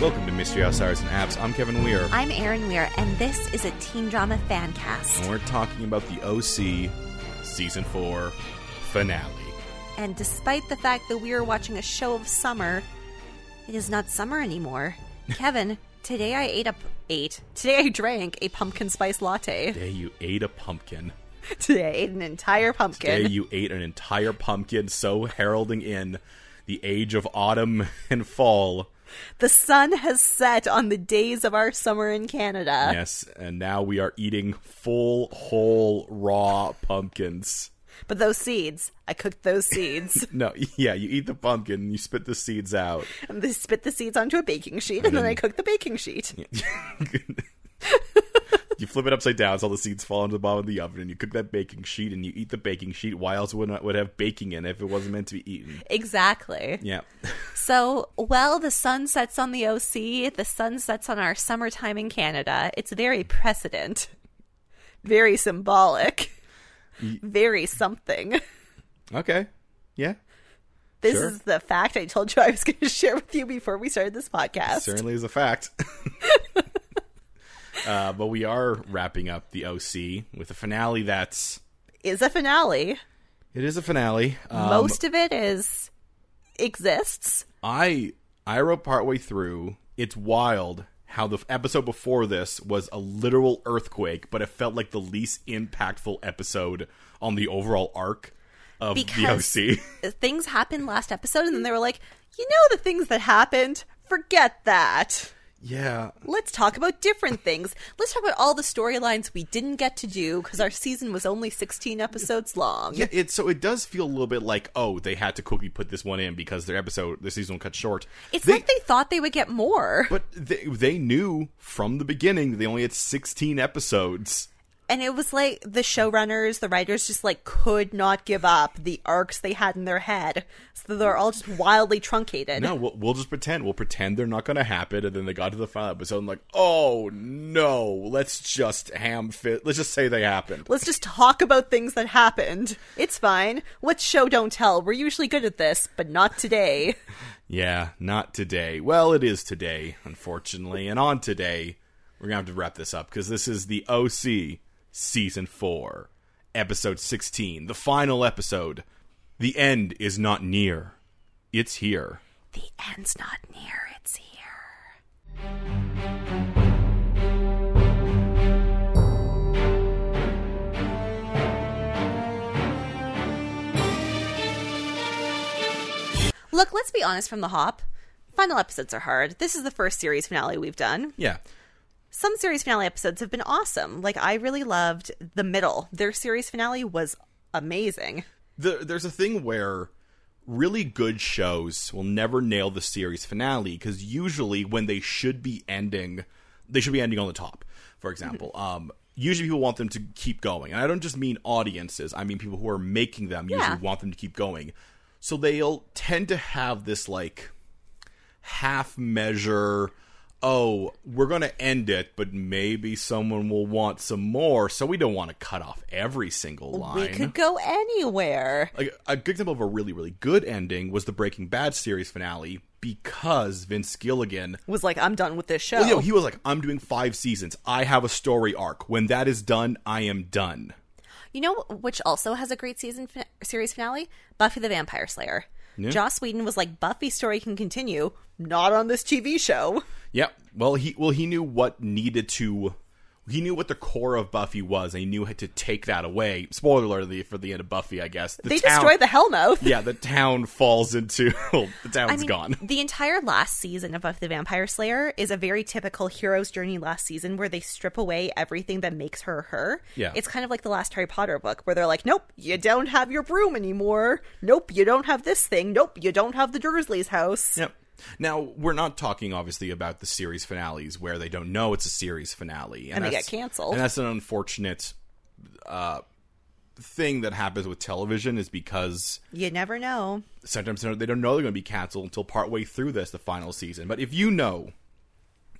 Welcome to Mystery Outsiders and Apps. I'm Kevin Weir. I'm Erin Weir, and this is a teen drama fan cast. and we're talking about the OC season four finale. And despite the fact that we are watching a show of summer, it is not summer anymore. Kevin, today I ate a p- ate. Today I drank a pumpkin spice latte. Day you ate a pumpkin. Today I ate an entire Day pumpkin. you ate an entire pumpkin, so heralding in the age of autumn and fall. the sun has set on the days of our summer in Canada. Yes, and now we are eating full, whole, raw pumpkins. But those seeds, I cooked those seeds. No, yeah, you eat the pumpkin, you spit the seeds out. and they spit the seeds onto a baking sheet, and then I cooked the baking sheet. You flip it upside down so all the seeds fall into the bottom of the oven, and you cook that baking sheet, and you eat the baking sheet. Why else would it would it have baking in it if it wasn't meant to be eaten? Exactly. Yeah, So, well, the sun sets on the OC, the sun sets on our summertime in Canada. It's very precedent, very symbolic, very something. okay, yeah, This Sure. is the fact I told you I was going to share with you before we started this podcast. certainly is a fact. uh, but we are wrapping up the OC with a finale. That's Is a finale. it is a finale. Um, Most of it is exists. I I wrote partway through. It's wild how the f- episode before this was a literal earthquake, but it felt like the least impactful episode on the overall arc of Because- the OC. Things happened last episode, and then they were like, you know, the things that happened. Forget that. yeah, Let's talk about different things. Let's talk about all the storylines we didn't get to do because our season was only 16 episodes long. yeah. It so it does feel a little bit like oh they had to quickly put this one in because their episode their season cut short. It's They- like they thought they would get more. but they they knew from the beginning that they only had sixteen episodes. And it was like the showrunners, the writers just like could not give up the arcs they had in their head. So they're all just wildly truncated. No, we'll, we'll just pretend. We'll pretend they're not going to happen. And then they got to the final episode and like, oh no, let's just ham fit. Let's just say they happened. Let's just talk about things that happened. It's fine. What's show don't tell? We're usually good at this, but not today. Yeah, not today. Well, it is today, unfortunately. And on today, we're going to have to wrap this up because this is the OC season four, episode 16, the final episode. The end is not near, it's here. The end's not near, it's here. Look, let's be honest from the hop. Final episodes are hard. This is the first series finale we've done. Yeah. Some series finale episodes have been awesome. Like, I really loved The Middle. Their series finale was amazing. the, there's a thing where really good shows will never nail the series finale because usually when they should be ending, they should be ending on the top. For example, Mm-hmm. um, usually people want them to keep going, and I don't just mean audiences. I mean people who are making them usually Yeah. want them to keep going, so they'll tend to have this like half measure. Oh, we're going to end it, but maybe someone will want some more, so we don't want to cut off every single line We could go anywhere. like a good example of a really really good ending was the Breaking Bad series finale because Vince Gilligan Was like, I'm done with this show. you know he was like I'm doing 5 seasons I have a story arc when that is done I am done You know, which also has a great season fin- series finale, Buffy the Vampire Slayer. Joss Whedon was like, Buffy's story can continue, not on this TV show. yeah well he well he knew what needed to he knew what the core of Buffy was and he knew how to take that away spoiler alert for the- for the end of Buffy I guess the They town, destroy the Hellmouth. yeah the town falls into well, the town's I mean, gone The entire last season of Buffy the Vampire Slayer is a very typical hero's journey last season where they strip away everything that makes her her. Yeah. It's kind of like the last Harry Potter book where they're like, nope, you don't have your broom anymore. Nope, you don't have this thing. Nope, you don't have the Dursley's house. Yep. Now we're not talking obviously about the series finales where they don't know it's a series finale And they that's- get canceled. And that's an unfortunate uh, thing that happens with television is because You never know. sometimes they don't- they don't know they're going to be canceled until partway through this, the final season. But if you know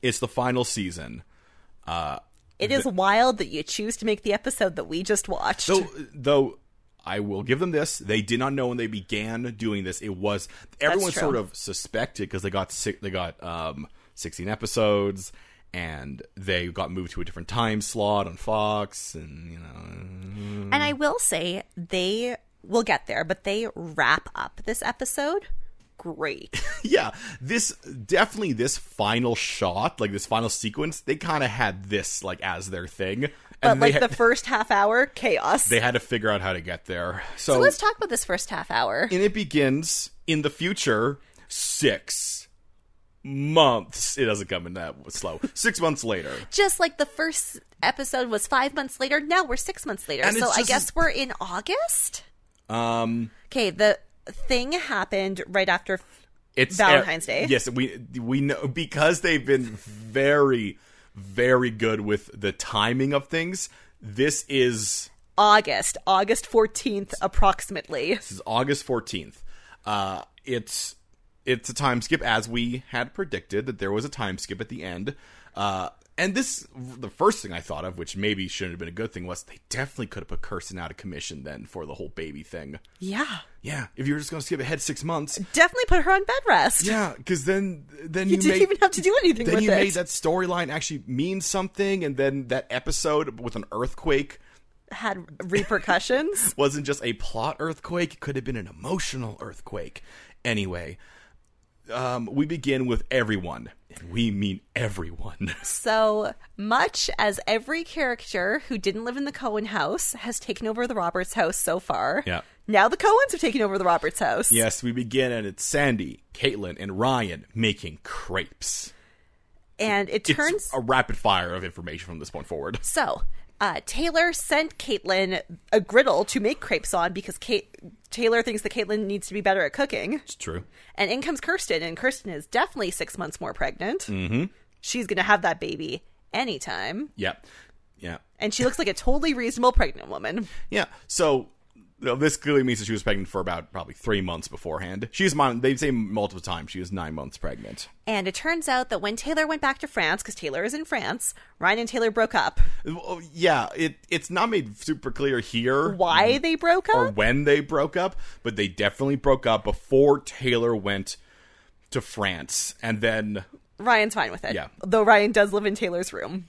it's the final season, It is wild that you choose to make the episode that we just watched. though, though I will give them this, they did not know when they began doing this. It was everyone true. sort of suspected because they got sick. They got um, 16 episodes and they got moved to a different time slot on Fox and you know And I will say they will get there, but they wrap up this episode great. yeah this definitely this final shot like this final sequence they kind of had this like as their thing and But they like had, the first half hour, chaos. they had to figure out how to get there so so, let's talk about this first half hour. and it begins in the future 6 months it doesn't come in that slow 6 months later Just like the first episode was five months later, now we're six months later. And so it's I just- guess we're in August? um Okay, the thing happened right after It's Valentine's Day. Yes, we we know because they've been very very good with the timing of things. This is August, August 14th approximately. this is August 14th. Uh it's it's a time skip as we had predicted that there was a time skip at the end. Uh and this the first thing I thought of, which maybe shouldn't have been a good thing, was they definitely could have put Kirsten out of commission then for the whole baby thing. Yeah. Yeah, if you were just going to skip ahead six months, Definitely put her on bed rest. yeah, because then then you, You didn't make- even have to do anything then with you it. made that storyline actually mean something and then that episode with an earthquake Had repercussions. wasn't just a plot earthquake it could have been an emotional earthquake anyway um, we begin with everyone and we mean everyone So much as every character who didn't live in the Cohen house has taken over the Roberts house so far. Yeah. Now the Cohens have taken over the Roberts house. yes we begin and it's sandy caitlin and ryan making crepes And it it's turns a rapid fire of information from this point forward so uh, Taylor sent Caitlin a griddle to make crepes on because Kate- Taylor thinks that Caitlin needs to be better at cooking. it's true And in comes Kirsten, and Kirsten is definitely six months more pregnant. Mm-hmm. She's going to have that baby anytime. yeah yeah And she looks like a totally reasonable pregnant woman. Yeah. So you know, this clearly means that she was pregnant for about probably three months beforehand. She's mon- they say multiple times she was nine months pregnant. And it turns out that when Taylor went back to France, because Taylor is in France, Ryan and Taylor broke up. Well, Yeah, it it's not made super clear here Why they broke Mm. or up? when they broke up, but they definitely broke up before Taylor went to France, and then Ryan's fine with it. Yeah. Though Ryan does live in Taylor's room.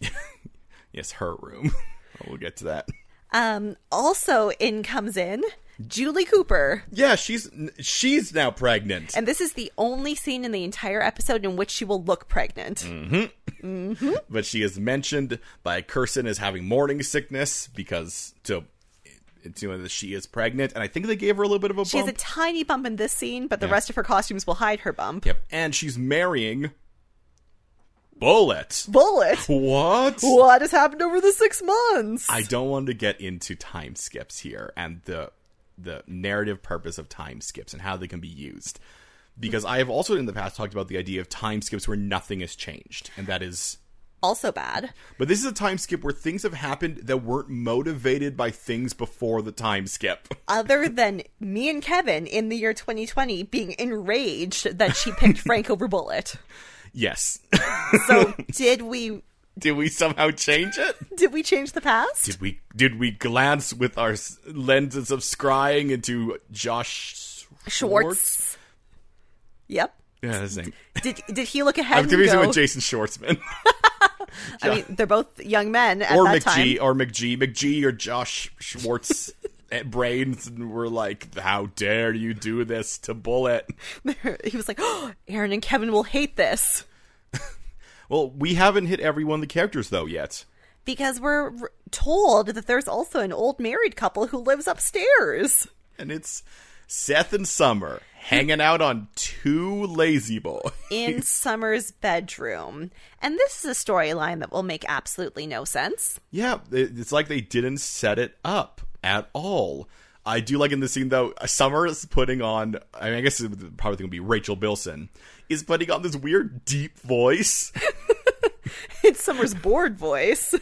yes, her room. we'll get to that. Um, also, in comes in Julie Cooper. Yeah, she's she's now pregnant. And this is the only scene in the entire episode in which she will look pregnant. Mm. but she is mentioned by Kirsten as having morning sickness because to insinuate that she is pregnant, and I think they gave her a little bit of a She has bump. a tiny bump in this scene, but the rest of her costumes will hide her bump. yep, and she's marrying Bullet. Bullet! What? What has happened over the six months? I don't want to get into time skips here and the the narrative purpose of time skips and how they can be used. Because I have also in the past talked about the idea of time skips where nothing has changed, and that is also bad. But this is a time skip where things have happened that weren't motivated by things before the time skip. other than me and Kevin in the year 2020 being enraged that she picked Frank over Bullet. yes. So did we did we somehow change it? did we change the past? Did we did we glance with our s- lenses of scrying into Josh Schwartz? Schwartz. Yep. Yeah, his name. Did did he look ahead I'm and confusing go? with Jason Schwartzman I mean, they're both young men at or that McGee time. or McGee McGee or Josh Schwartz. at brains and we're like how dare you do this to bullet he was like, oh, "Aaron and Kevin will hate this well we haven't hit every one of the characters though yet because we're r- told that there's also an old married couple who lives upstairs." and it's Seth and Summer hanging out on two lazy boys. in Summer's bedroom. And this is a storyline that will make absolutely no sense. Yeah, it- it's like they didn't set it up at all. I do like in the scene though, Summer is putting on. I mean, I guess the probably going to be Rachel Bilson is putting on this weird deep voice. It's Summer's bored voice.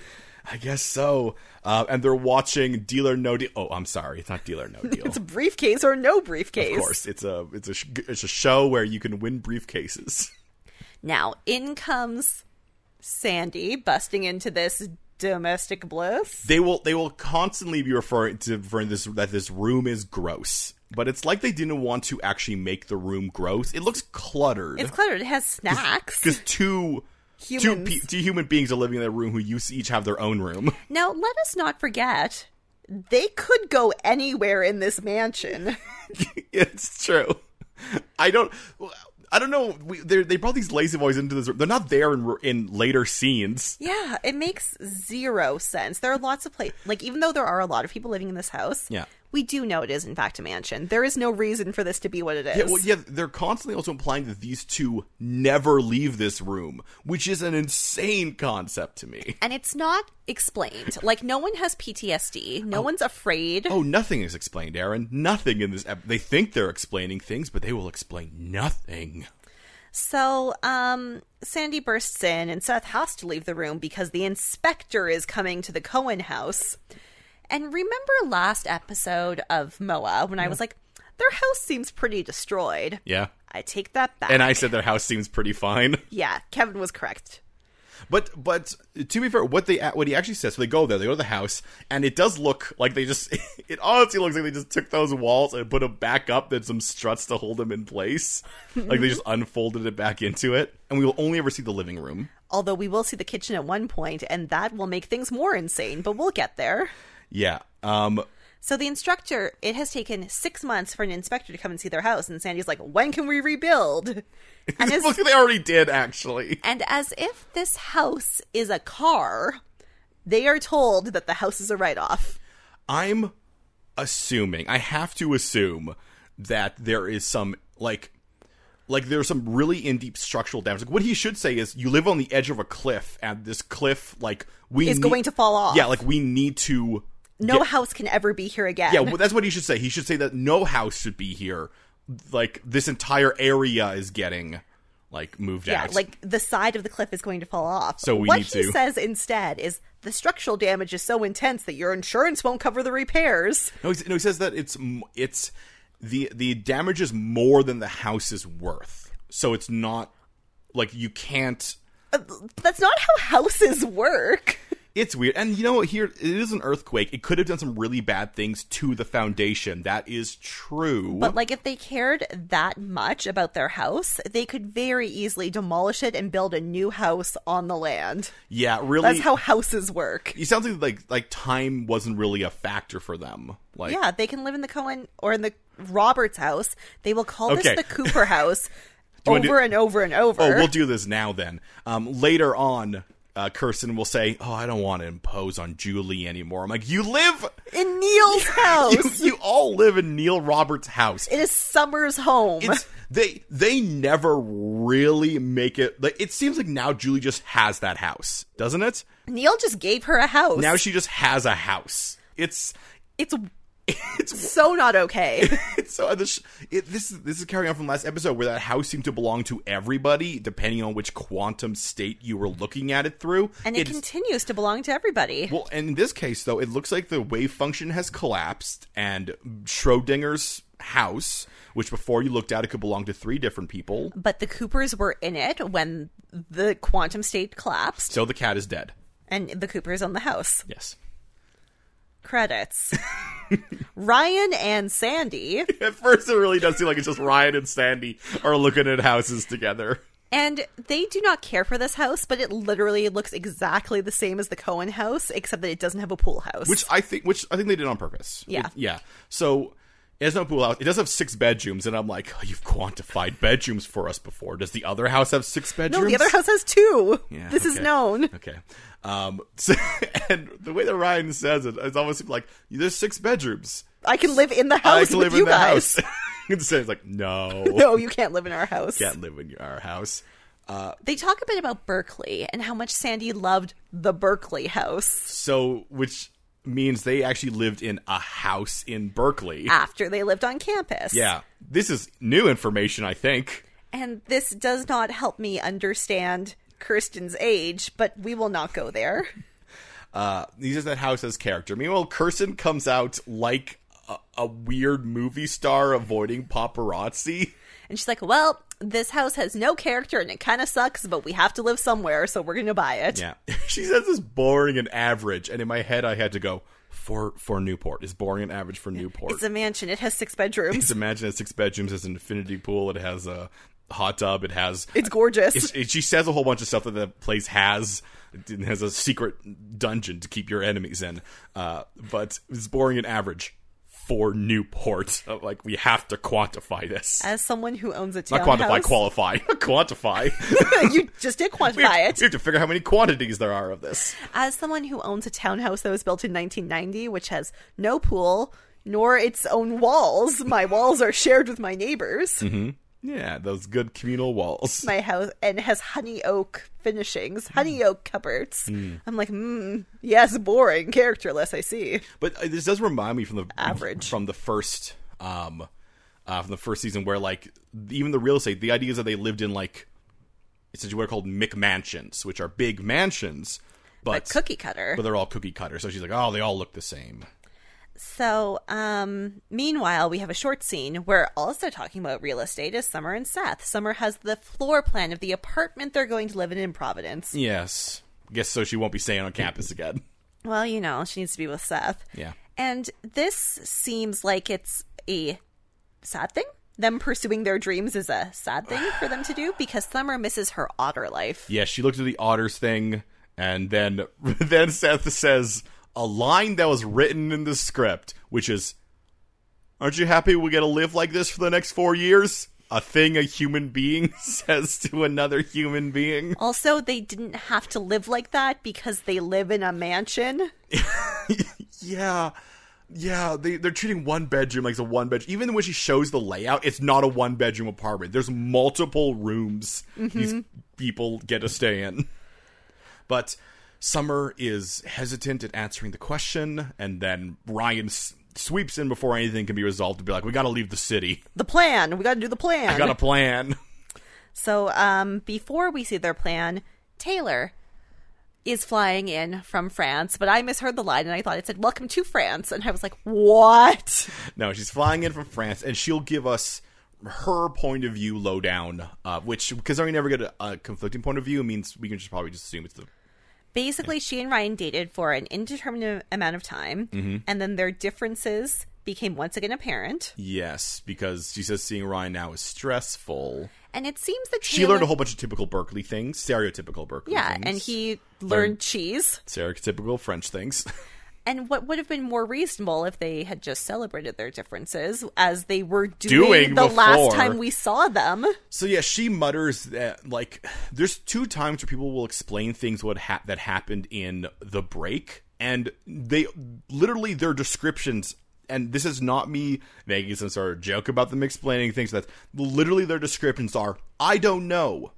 I guess so. Uh, and they're watching Dealer No Deal. Oh, I'm sorry, it's not Dealer No Deal. It's a briefcase or no briefcase. of course, it's a it's a sh- it's a show where you can win briefcases. Now, in comes Sandy busting into this domestic bliss. they will they will constantly be referring to referring to this that this room is gross. But it's like they didn't want to actually make the room gross. It looks cluttered It's cluttered. It has snacks. because two two, Humans. pe- two human beings are living in that room who used to each have their own room. Now, let us not forget, they could go anywhere in this mansion. it's true. I don't. I don't know. We, they're- they brought these lazy boys into this. room. They're not there in in later scenes. yeah, it makes zero sense. There are lots of places, like, even though there are a lot of people living in this house, Yeah. we do know it is, in fact, a mansion. There is no reason for this to be what it is. Yeah, well, yeah, they're constantly also implying that these two never leave this room, which is an insane concept to me. And it's not explained. Like, no one has PTSD, no one's afraid. Oh, nothing is explained, Aaron. Nothing in this. Ep- they think they're explaining things, but they will explain nothing. So, um, Sandy bursts in, and Seth has to leave the room because the inspector is coming to the Cohen house. And remember last episode of Moa when I was like, their house seems pretty destroyed. Yeah, I take that back. and I said their house seems pretty fine. yeah, Kevin was correct. But but to be fair, what they what he actually says, so they go there, they go to the house, and it does look like they just it honestly looks like they just took those walls and put them back up, then some struts to hold them in place, like they just unfolded it back into it, and we will only ever see the living room. Although we will see the kitchen at one point, and that will make things more insane, but we'll get there. Yeah, um, So the instructor, it has taken six months for an inspector to come and see their house, and Sandy's like, "When can we rebuild?" And as look, they already did actually. And as if this house is a car, they are told that the house is a write off. I'm assuming I have to assume that there is some like like there's some really in deep structural damage. Like what he should say is you live on the edge of a cliff and this cliff like we Is going to fall off. Yeah, like we need to No house can ever be here again. Yeah, well, that's what he should say. He should say that no house should be here. Like this entire area is getting like moved Yeah, out. like the side of the cliff is going to fall off. So we what need he to- says instead is the structural damage is so intense that your insurance won't cover the repairs. No, he, no, he says that it's m- it's the the damage is more than the house is worth. So it's not like you can't Uh, That's not how houses work. It's weird. And you know what? Here, it is an earthquake. It could have done some really bad things to the foundation. That is true. But like if they cared that much about their house, they could very easily demolish it and build a new house on the land. yeah, really. That's how houses work. It sounds like, like like time wasn't really a factor for them. Like, Yeah, they can live in the Cohen or in the Roberts house. They will call Okay. this the Cooper house you wanna over do- and over and over. oh, we'll do this now then. Um, later on, uh, Kirsten will say, "Oh, I don't want to impose on Julie anymore." I'm like, "You live, in Neil's you, house. you all live in Neil Roberts' house. it is Summer's home. It's they they never really make it. Like, it seems like now Julie just has that house, doesn't it? Neil just gave her a house. Now she just has a house. It's it's it's so not okay. it's so this it, this is- this is carrying on from last episode where that house seemed to belong to everybody depending on which quantum state you were looking at it through. and it It's- continues to belong to everybody. well, and in this case though, it looks like the wave function has collapsed and Schrodinger's house, which before you looked at it could belong to three different people. but the Coopers were in it when the quantum state collapsed, So the cat is dead. and the Coopers own the house. Yes. Credits. Ryan and Sandy. At first it really does seem like it's just Ryan and Sandy are looking at houses together. And they do not care for this house, but it literally looks exactly the same as the Cohen house, except that it doesn't have a pool house. which I think, which I think they did on purpose. Yeah. It- yeah. So it has no pool house. It does have six bedrooms, and I'm like, oh, you've quantified bedrooms for us before. Does the other house have six no, bedrooms? the other house has two. Yeah, this is okay. known. Okay. Um. So, and the way that Ryan says it, it's almost like there's six bedrooms. I can live in the I house can with live you in the guys. house. and Sam's like, no, No, you can't live in our house. can't live in our house. They talk a bit about Berkeley and how much Sandy loved the Berkeley house So, which means they actually lived in a house in Berkeley. after they lived on campus. Yeah. This is new information, I think. And this does not help me understand Kirsten's age, but we will not go there. uh, he says that house has character. Meanwhile, Kirsten comes out like a, a weird movie star avoiding paparazzi. And she's like, Well, this house has no character and it kind of sucks, but we have to live somewhere, so we're going to buy it. she says it's boring and average, and in my head, I had to go, for for Newport. It's boring and average for Newport. It's a mansion. It has six bedrooms. Just imagine it has six bedrooms, it has an infinity pool, it has a hot tub, it has. It's gorgeous. It's, it, she says a whole bunch of stuff that the place has. It has a secret dungeon to keep your enemies in, uh, but it's boring and average for Newport. Uh, Like we have to quantify this. As someone who owns a Not townhouse, quantify, qualify. quantify. you just did We have, to, quantify it. we have to figure out how many quantities there are of this. As someone who owns a townhouse that was built in 1990, which has no pool nor its own walls, my walls are shared with my neighbors. Mm-hmm. Yeah, those good communal walls. My house and has honey oak Mm. finishings, honey oak cupboards. I'm like, mm, yes, boring, characterless. I see. But uh, this does remind me from the Average. from the first um uh, from the first season where like even the real estate the idea is that they lived in like it's what are called McMansions, which are big mansions, but But cookie cutter. but they're all cookie cutter. So she's like, oh, they all look the same. So, um, meanwhile, we have a short scene where also talking about real estate is Summer and Seth. Summer has the floor plan of the apartment they're going to live in in Providence. Yes, guess so. She won't be staying on campus again. Well, you know, she needs to be with Seth. Yeah. And this seems like it's a sad thing. Them pursuing their dreams is a sad thing for them to do because Summer misses her otter life. Yeah, she looked at the otters thing, and then then Seth says a line that was written in the script, which is, "Aren't you happy we get to live like this for the next four years?" A thing a human being says to another human being. Also, they didn't have to live like that because they live in a mansion. Yeah, yeah. They they're treating one bedroom like it's a one bedroom. Even when she shows the layout, it's not a one bedroom apartment. There's multiple rooms these people get to stay in. But Summer is hesitant at answering the question, and then Ryan s- sweeps in before anything can be resolved to be like, "We got to leave the city. The plan. We got to do the plan. I got a plan." So, um, before we see their plan, Taylor is flying in from France, but I misheard the line and I thought it said, Welcome to France. And I was like, What? No, she's flying in from France, and she'll give us her point of view lowdown, uh, which because I never get a, a conflicting point of view means we can just probably just assume it's the Basically, she and Ryan dated for an indeterminate amount of time, Mm-hmm. and then their differences became once again apparent. Yes, because she says seeing Ryan now is stressful. And it seems that She Taylor- learned a whole bunch of typical Berkeley things, stereotypical Berkeley Yeah, things. and he learned Learned- cheese. stereotypical French things. And what would have been more reasonable if they had just celebrated their differences as they were doing, Doing the last before. time we saw them. so yeah, she mutters that like there's two times where people will explain things what ha- that happened in the break, and they literally their descriptions. And this is not me making some sort of joke about them explaining things. That's literally their descriptions are I don't know.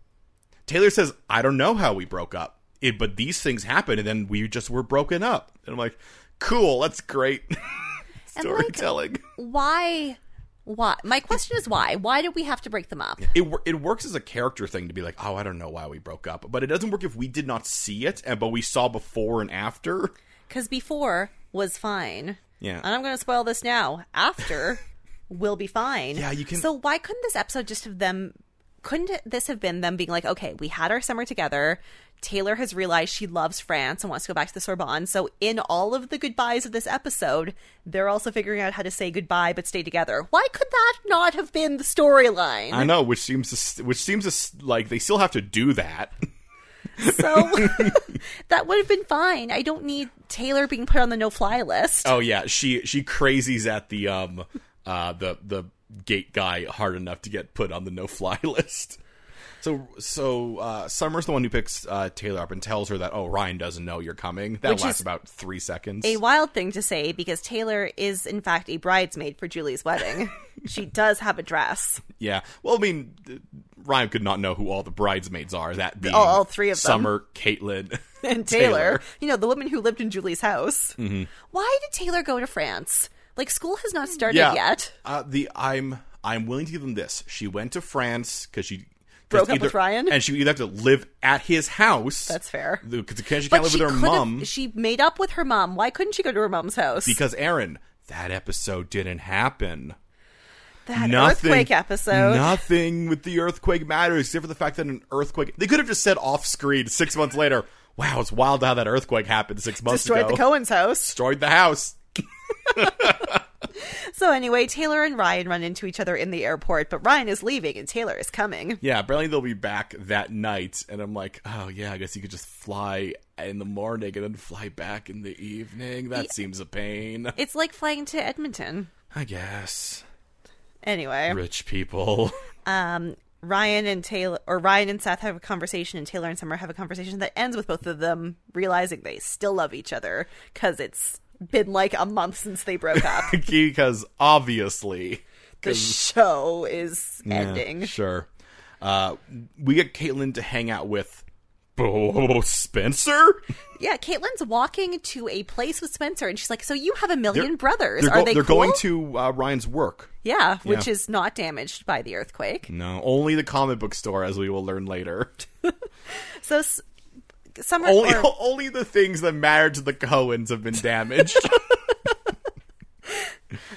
Taylor says, I don't know how we broke up, it, but these things happened, and then we just were broken up. And I'm like, cool, that's great storytelling. why why my question is why why did we have to break them up it, wor- it works as a character thing to be like, oh, I don't know why we broke up, but it doesn't work if we did not see it, and but we saw before and after. because before was fine Yeah. and i'm gonna spoil this now after will be fine Yeah, you can- so why couldn't this episode just have them couldn't it- this have been them being like okay we had our summer together taylor has realized she loves france and wants to go back to the sorbonne so in all of the goodbyes of this episode they're also figuring out how to say goodbye but stay together why could that not have been the storyline I know, which seems to, s- which seems to, s- like they still have to do that. So that would have been fine. I don't need Taylor being put on the no fly list. Oh yeah, she she crazies at the um uh the the gate guy hard enough to get put on the no fly list. So so uh, Summer's the one who picks uh, Taylor up and tells her that oh Ryan doesn't know you're coming. That Which lasts is about three seconds. A wild thing to say because Taylor is, in fact, a bridesmaid for Julie's wedding. she does have a dress. Yeah. Well, I mean, th- Ryan could not know who all the bridesmaids are. That being all three of them. Summer, Caitlin, And Taylor, you know, the woman who lived in Julie's house. Mm-hmm. Why did Taylor go to France? Like, school has not started Yeah. yet. Uh, the I'm I'm willing to give them this. She went to France because she 'cause Broke up either- with Ryan? and she either have to live at his house. That's fair. because she can't live with her could have- mom She made up with her mom. Why couldn't she go to her mom's house? because Aaron. That episode didn't happen. that nothing, earthquake episode. Nothing with the earthquake matters except for the fact that an earthquake. They could have just said off screen six months later. wow, it's wild how that earthquake happened six months Destroyed ago. the Cohen's house. Destroyed the house. So anyway, Taylor and Ryan run into each other in the airport, but Ryan is leaving and Taylor is coming. Yeah, apparently they'll be back that night, and I'm like, oh yeah, I guess you could just fly in the morning and then fly back in the evening. That seems a pain. It's like flying to Edmonton. I guess Anyway, rich people. Ryan and Taylor or Ryan and Seth have a conversation and Taylor and Summer have a conversation that ends with both of them realizing they still love each other cuz it's been like a month since they broke up. because obviously the show is Yeah, ending. sure. Uh, we get Caitlin to hang out with Bo Spencer. Yeah, Caitlin's walking to a place with Spencer, and she's like, "So you have a 1000000 brothers? They're, Are go- they they're cool? going to uh, Ryan's work. Yeah, which Yeah. is not damaged by the earthquake. No, only the comic book store, as we will learn later. So S- Summer only, or- only the things that matter to the Cohens have been damaged.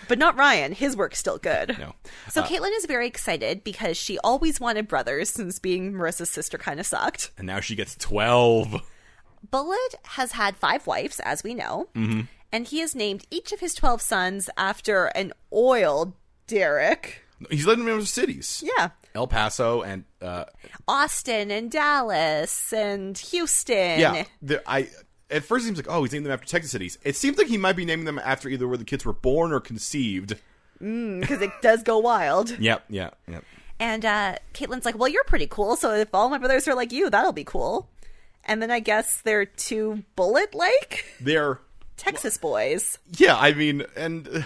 but not Ryan. His work's still good. no. Uh, So Caitlin is very excited because she always wanted brothers since being Marissa's sister kind of sucked. And now she gets 12. Bullet has had five wives, as we know, Mm-hmm. and he has named each of his 12 sons after an oil derrick. He's living in other cities. Yeah. El Paso and uh, Austin and Dallas and Houston. yeah, the, I at first it seems like oh he's naming them after Texas cities. It seems like he might be naming them after either where the kids were born or conceived. Because it does go wild. Yep, yeah, yep. And uh, Caitlin's like, Well, you're pretty cool. So if all my brothers are like you, that'll be cool. And then I guess they're two Bullet like They're Texas boys. yeah, I mean, and uh,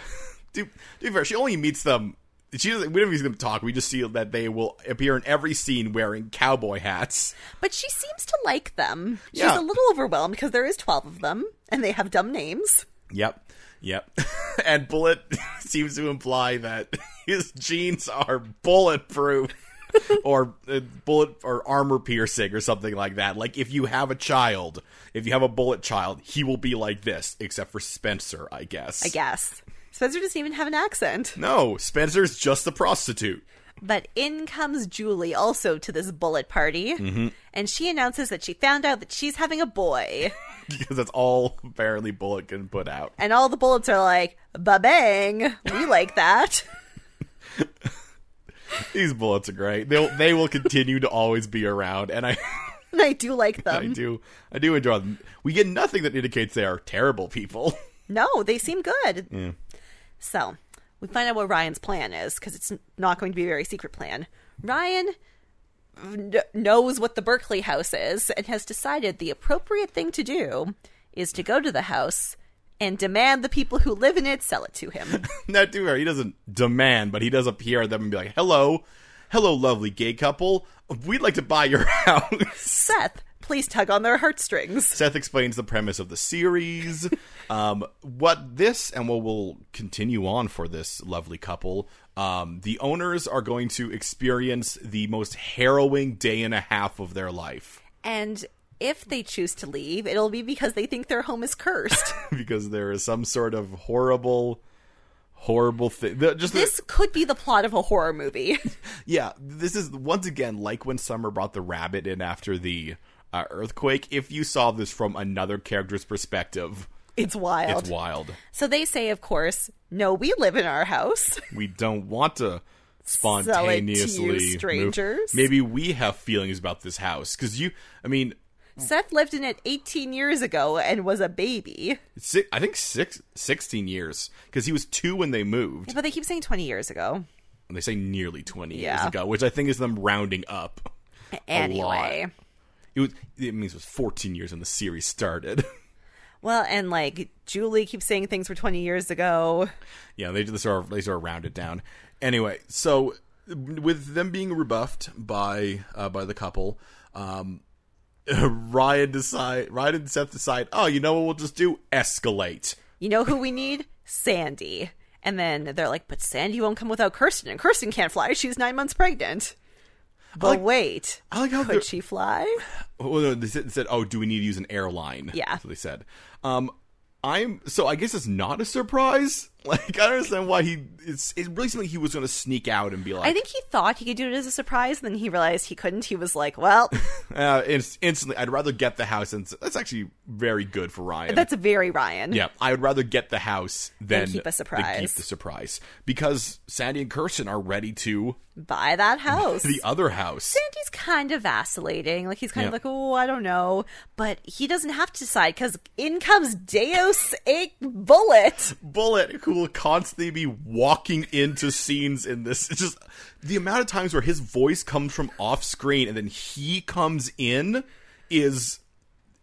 to, to be fair, she only meets them. She doesn't. We don't even see them talk. We just see that they will appear in every scene wearing cowboy hats. But she seems to like them. She's Yeah. a little overwhelmed because there is 12 of them and they have dumb names. Yep, yep. and bullet seems to imply that his jeans are bulletproof. or uh, bullet or armor piercing or something like that. Like if you have a child, if you have a bullet child, he will be like this, except for Spencer, I guess. I guess. Spencer doesn't even have an accent. No, Spencer's just the prostitute. But in comes Julie also to this bullet party. And she announces that she found out that she's having a boy. because that's all apparently Bullet can put out. And all the bullets are like, ba bang. We like that. These bullets are great. They'll they will continue to always be around, and I and I do like I them. do I do enjoy them. We get nothing that indicates they are terrible people. No, they seem good. So we find out what Ryan's plan is because it's not going to be a very secret plan. Ryan kn- knows what the Berkeley house is and has decided the appropriate thing to do is to go to the house and demand the people who live in it sell it to him. Not too fair. He doesn't demand, but he does appear at them and be like, "Hello, hello, lovely gay couple. We'd like to buy your house." Seth, please tug on their heartstrings. Seth explains the premise of the series, um, what this, and what will continue on for this lovely couple. Um, the owners are going to experience the most harrowing day and a half of their life And if they choose to leave, it'll be because they think their home is cursed. because there is some sort of horrible, horrible thing. the- Just the- this could be the plot of a horror movie. yeah, this is once again like when Summer brought the rabbit in after the uh, earthquake. If you saw this from another character's perspective, It's wild. it's wild. So they say, of course, no, we live in our house. we don't want to it to you, spontaneously move. strangers. Maybe we have feelings about this house because you. I mean, Seth lived in it 18 years ago and was a baby. si- I think six, 16 years because he was two when they moved. But they keep saying 20 years ago. And they say nearly 20 years Yeah. ago, which I think is them rounding up. Anyway. It was. It means it was 14 years when the series started. Well, and like Julie keeps saying things were 20 years ago. yeah, they just sort of they sort of round it down. Anyway, so with them being rebuffed by uh, by the couple, um, Ryan decide Ryan and Seth decide, oh, you know what we'll just do? Escalate. You know who we need? Sandy. And then they're like, but Sandy won't come without Kirsten, and Kirsten can't fly. She's nine months pregnant. But like- wait, I like how they're- could she fly? Well, no, they said, said, oh, do we need to use an airline? Yeah. so they said. Um, I'm so I guess it's not a surprise Like I don't understand why he. It's it's really something he was going to sneak out and be like. I think he thought he could do it as a surprise, and then he realized he couldn't. He was like, well, uh, it's instantly, I'd rather get the house. And that's actually very good for Ryan. that's very Ryan. yeah, I would rather get the house than keep than a keep surprise. the surprise because Sandy and Kirsten are ready to Buy that house. the other house. Sandy's kind of vacillating. Like he's kind of Yeah. like, oh, I don't know, but he doesn't have to decide because in comes Deus Ex Bullet. Bullet, who will constantly be walking into scenes in this. It's just the amount of times where his voice comes from off screen and then he comes in is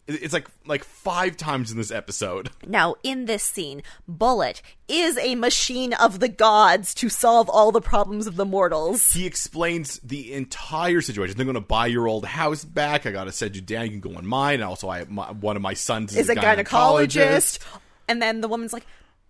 it's like like five times in this episode. Now, in this scene, Bullet is a machine of the gods to solve all the problems of the mortals. He explains the entire situation. They're going to buy your old house back. I got to send you down. You can go on mine. And also, I my, one of my sons is, Is a gynecologist. gynecologist, and then the woman's like.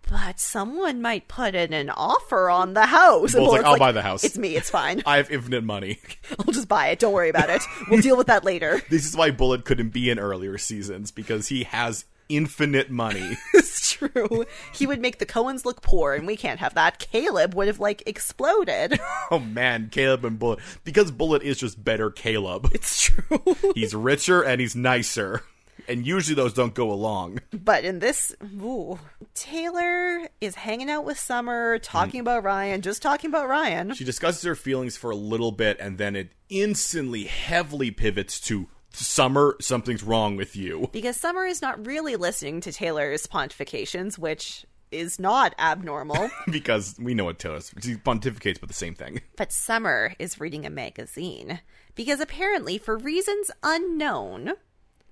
But someone might put in an offer on the house. Bullet's And like, Bullet's "I'll buy the house." It's me. It's fine. I have infinite money. I'll just buy it. Don't worry about it. We'll deal with that later. This is why Bullet couldn't be in earlier seasons because he has infinite money. It's true. He would make the Cohens look poor, and we can't have that. Caleb would have like exploded. Oh man, Caleb and Bullet. Because Bullet is just better Caleb. It's true. He's richer and he's nicer. And usually those don't go along. But in this, ooh, Taylor is hanging out with Summer, talking about Ryan, just talking about Ryan. She discusses her feelings for a little bit and then it instantly heavily pivots to Summer, something's wrong with you. because Summer is not really listening to Taylor's pontifications, which is not abnormal. Because we know what Taylor's she pontificates about the same thing. but Summer is reading a magazine because apparently, for reasons unknown,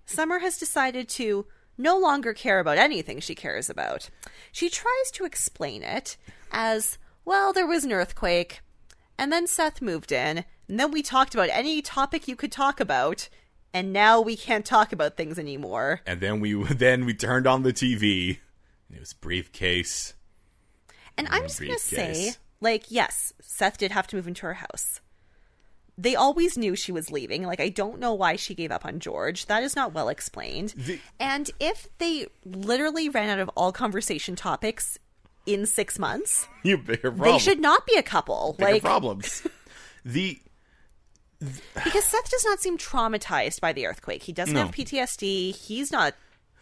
Summer has decided to no longer care about anything she cares about. She tries to explain it as well, there was an earthquake, and then Seth moved in, and then we talked about any topic you could talk about, and now we can't talk about things anymore. And then we then we turned on the TV. It was briefcase. And I'm just going to say, briefcase. like, yes, Seth did have to move into her house. They always knew she was leaving. Like, I don't know why she gave up on George. That is not well explained. The- and if they literally ran out of all conversation topics in six months, You bigger problem. they should not be a couple. bigger Like, problems. The because Seth does not seem traumatized by the earthquake. He doesn't No. have PTSD. He's not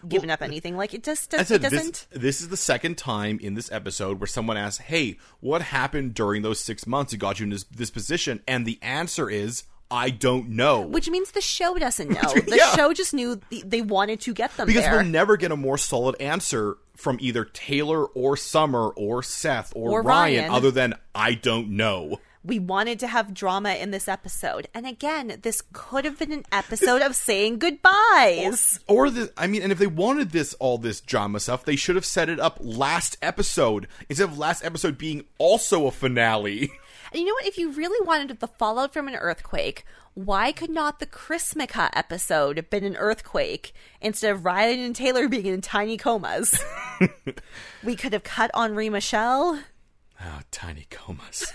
giving up anything. Like, it just does, I said it doesn't. this, this is the second time in this episode where someone asks, "Hey, what happened during those six months that got you in this, this position?" And the answer is, "I don't know," Which means the show doesn't know. The Yeah. show just knew th- they wanted to get them because there. we'll never get a more solid answer from either Taylor or Summer or Seth or, Or Ryan, Ryan. other than "I don't know." We wanted to have drama in this episode. And again, this could have been an episode of saying goodbyes. Or the, I mean, and if they wanted this all this drama stuff, they should have set it up last episode instead of last episode being also a finale. And you know what? If you really wanted the fallout from an earthquake, why could not the Chrismica episode have been an earthquake instead of Ryan and Taylor being in tiny comas? we could have cut Henri Michel, Oh, tiny comas.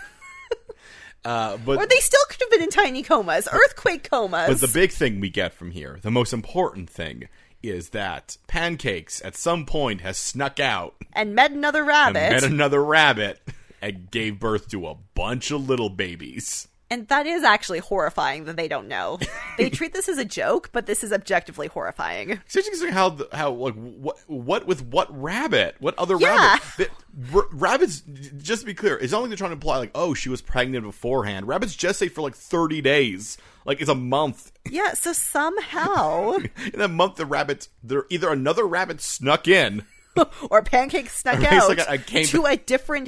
uh, but or they still could have been in tiny comas, earthquake comas. But the big thing we get from here, the most important thing, is that Pancakes at some point has snuck out and met another and rabbit. met another rabbit and gave birth to a bunch of little babies. And that is actually horrifying that they don't know. They treat this as a joke, but this is objectively horrifying. It's interesting how the, how like what what with what rabbit? What other Yeah. rabbit? The- r- rabbits. Just to be clear, it's not like they're trying to imply like oh she was pregnant beforehand. Rabbits just say for like thirty days, like it's a month. Yeah, so somehow, In that month, the rabbits they're either another rabbit snuck in or pancakes snuck It's out like I came- to a different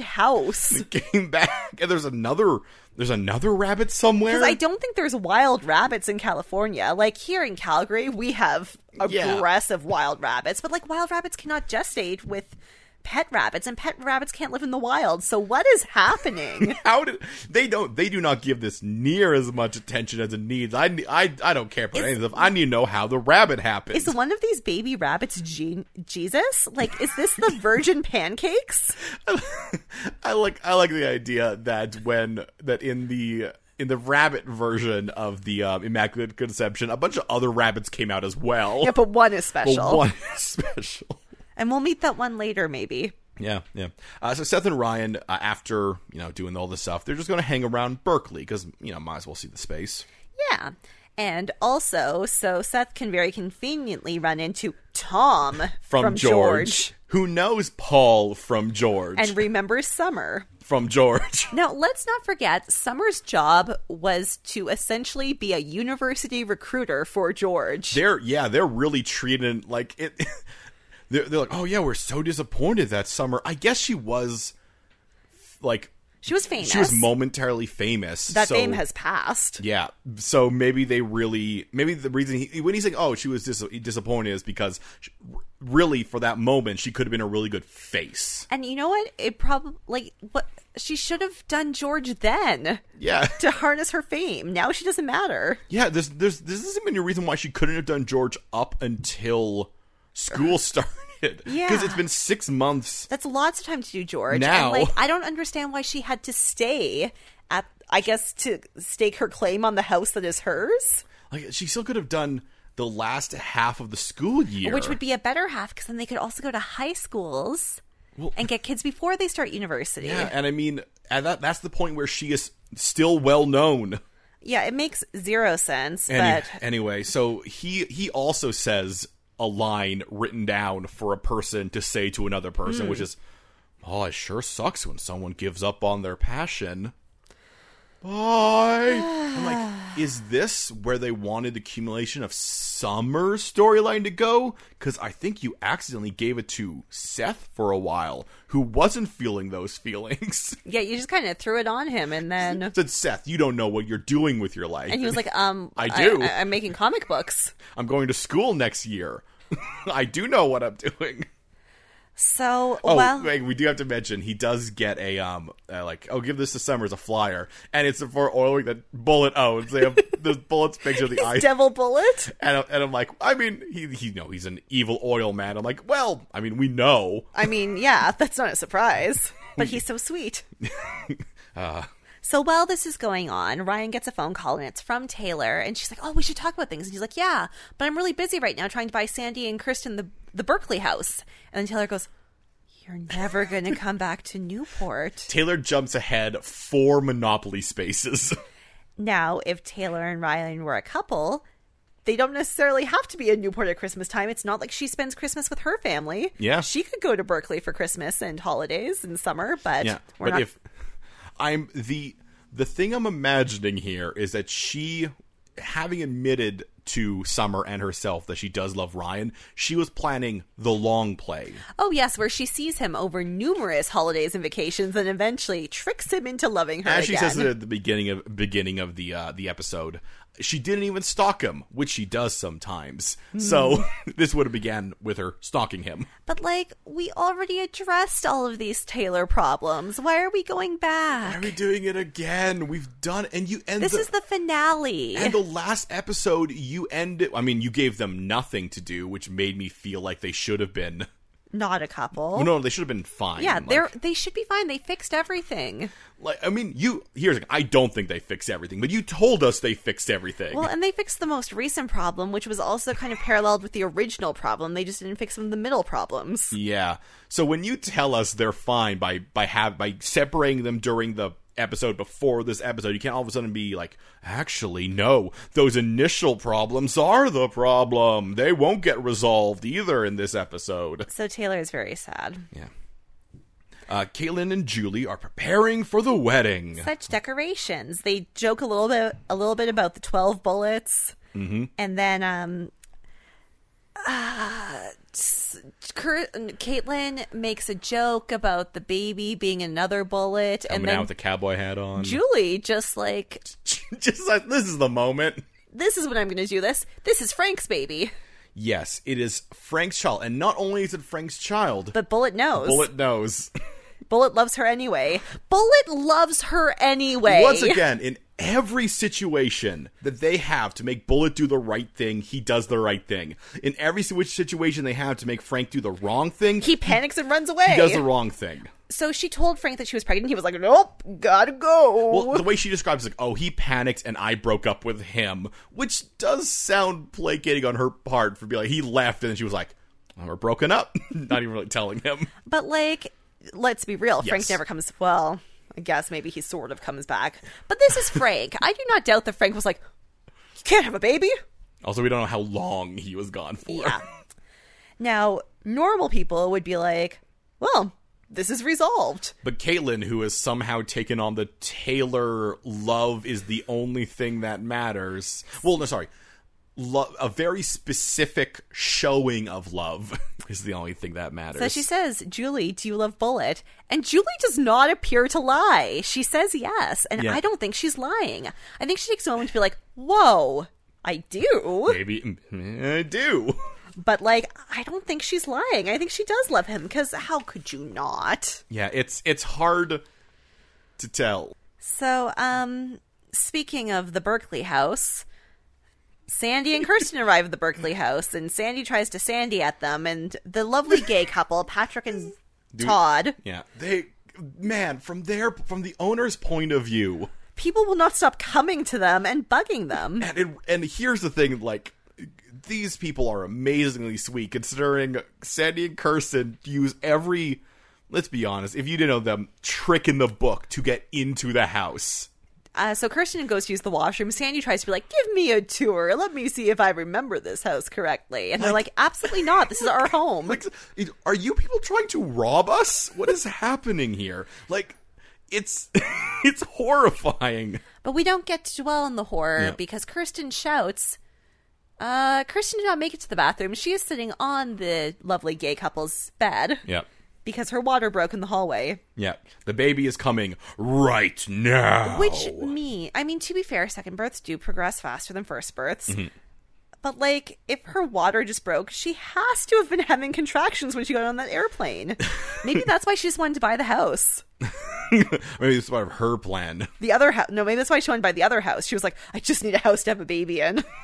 house. came back and there's another there's another rabbit somewhere I don't think there's wild rabbits in California. Like here in Calgary, we have Yeah. aggressive wild rabbits, but like wild rabbits cannot gestate with pet rabbits, and pet rabbits can't live in the wild. So what is happening? how did they don't they do not give this near as much attention as it needs i ne- i, I don't care about any of this i need to know how the rabbit happened is one of these baby rabbits Je- Jesus? Like, is this the virgin pancakes? i like i like the idea that when that in the in the rabbit version of the um, immaculate conception a bunch of other rabbits came out as well Yeah, but one is But special. one is special And we'll meet that one later, maybe. Yeah, yeah. Uh, so Seth and Ryan, uh, after you know doing all this stuff, they're just going to hang around Berkeley because you know might as well see the space. Yeah. And also, so Seth can very conveniently run into Tom From, George, who knows Paul from George, and remembers Summer. from George. Now, let's not forget, Summer's job was to essentially be a university recruiter for George. they're yeah, they're really treating it like it. They're, they're like, oh yeah, we're so disappointed that summer. I guess she was like She was famous. she was momentarily famous. that so- fame has passed. Yeah. So maybe they really, maybe the reason he, when he's like, oh, she was dis- disappointed is because she, really for that moment, she could have been a really good face. And you know what? It probably like what she should have done George then Yeah. to harness her fame. Now she doesn't matter. Yeah. There's, there's, this isn't even a reason why she couldn't have done George up until school started. Because Yeah. it's been six months. That's lots of time to do George. Now- And like I don't understand why she had to stay at I guess to stake her claim on the house that is hers, Like, she still could have done the last half of the school year. which would be a better half because then they could also go to high schools and get kids before they start university. Yeah. And I mean, and that, that's the point where she is still well known. Yeah, it makes zero sense, Any- but anyway, so he he also says a line written down for a person to say to another person, Hmm. which is, "Oh, it sure sucks when someone gives up on their passion." Bye. I'm like, is this where they wanted the accumulation of summer storyline to go? Because I think you accidentally gave it to Seth for a while, who wasn't feeling those feelings. yeah, you just kind of threw it on him and then said Seth, you don't know what you're doing with your life. and he was like, um I do. I, I'm making comic books. I'm going to school next year. I do know what I'm doing. So Oh, well wait, we do have to mention he does get a um uh, like oh give this to Summers a flyer and it's for oiling that Bullet owns. They have the Bullet's picture of the eye. Devil Bullet. and, I'm, and I'm like, I mean, he he no, he's an evil oil man. I'm like, well, I mean, we know. I mean, yeah, that's not a surprise, but he's so sweet. Uh. So while this is going on, Ryan gets a phone call and it's from Taylor, and she's like, "Oh, we should talk about things." And he's like, "Yeah, but I'm really busy right now trying to buy Sandy and Kristen the the Berkeley house." And then Taylor goes, "You're never going to come back to Newport." Taylor jumps ahead four Monopoly spaces. Now, if Taylor and Ryan were a couple, they don't necessarily have to be in Newport at Christmas time. It's not like she spends Christmas with her family. Yeah. she could go to Berkeley for Christmas and holidays and summer, but Yeah, we're but not if I'm the the thing I'm imagining here is that she, having admitted to Summer and herself that she does love Ryan, she was planning the long play. Oh, yes, where she sees him over numerous holidays and vacations and eventually tricks him into loving her. As she again. says it at the beginning of beginning of the uh, the episode, she didn't even stalk him, which she does sometimes. Hmm. So this would have began with her stalking him. But, like, we already addressed all of these Taylor problems. Why are we going Are back? we doing it again? We've done, and you end This the- is the finale. And the last episode, you ended. I mean, you gave them nothing to do, which made me feel like they should have been. Not a couple. Well, no, they should have been fine. yeah, like, they're, they should be fine. They fixed everything. like I mean, you here's I don't think they fixed everything, but you told us they fixed everything. Well, and they fixed the most recent problem, which was also kind of paralleled with the original problem. They just didn't fix some of the middle problems. yeah. So when you tell us they're fine by by have by separating them during the episode before this episode, you can't all of a sudden be like, actually, no, those initial problems are the problem. They won't get resolved either in this episode. So Taylor is very sad. Yeah. Uh, Caitlin and Julie are preparing for the wedding. such decorations. They joke a little bit, a little bit about the twelve bullets, mm-hmm. and then um, uh, Cur- Caitlin makes a joke about the baby being another bullet, Coming and then out with the cowboy hat on. Julie just like, Just like this is the moment. "This is when I'm going to do this. This is Frank's baby." Yes, it is Frank's child, and not only is it Frank's child, But Bullet knows. Bullet knows. Bullet loves her anyway. Bullet loves her anyway. Once again, in every situation that they have to make Bullet do the right thing, he does the right thing. In every si- which situation they have to make Frank do the wrong thing, he panics and runs away. he does the wrong thing. so she told Frank that she was pregnant. He was like, "Nope, gotta go." Well, the way she describes it, like, oh, he panicked and I broke up with him, which does sound placating on her part for being like, he left and then she was like, oh, we're broken up. Not even really telling him. But like let's be real. Frank Yes. never comes. Well, I guess maybe he sort of comes back. But this is Frank. I do not doubt that Frank was like, you can't have a baby. Also, we don't know how long he was gone for. Yeah. Now, normal people would be like, well, this is resolved. But Caitlin, who has somehow taken on the Taylor love is the only thing that matters. Well, no, sorry. Lo- a very specific showing of love is the only thing that matters. So she says, Julie, do you love Bullet? And Julie does not appear to lie. She says yes. And Yeah. I don't think she's lying. I think she takes a moment to be like, whoa, I do. Maybe mm, I do. But like, I don't think she's lying. I think she does love him because how could you not? Yeah, it's it's hard to tell. So, um, speaking of the Berkeley house, Sandy and Kirsten arrive at the Berkeley house, and Sandy tries to Sandy at them, and the lovely gay couple, Patrick and Todd, Yeah, they man from their from the owner's point of view. people will not stop coming to them and bugging them. And it, and here's the thing, like these people are amazingly sweet, considering Sandy and Kirsten use every. Let's be honest. If you didn't know them, trick in the book to get into the house. Uh, so Kirsten goes to use the washroom. Sandy tries to be like, "Give me a tour. Let me see if I remember this house correctly." And they're like, "Absolutely not. This is our home." Like, it- are you people trying to rob us? What is happening here? Like, it's it's horrifying. But we don't get to dwell on the horror Yeah. because Kirsten shouts. Uh, Kirsten did not make it to the bathroom. She is sitting on the lovely gay couple's bed Yeah, because her water broke in the hallway. yeah. The baby is coming right now. Which me, I mean, to be fair, second births do progress faster than first births. Mm-hmm. But like, if her water just broke, she has to have been having contractions when she got on that airplane. Maybe that's why she just wanted to buy the house. maybe it's part of her plan. The other house, no, maybe that's why she wanted to buy the other house. She was like, I just need a house to have a baby in.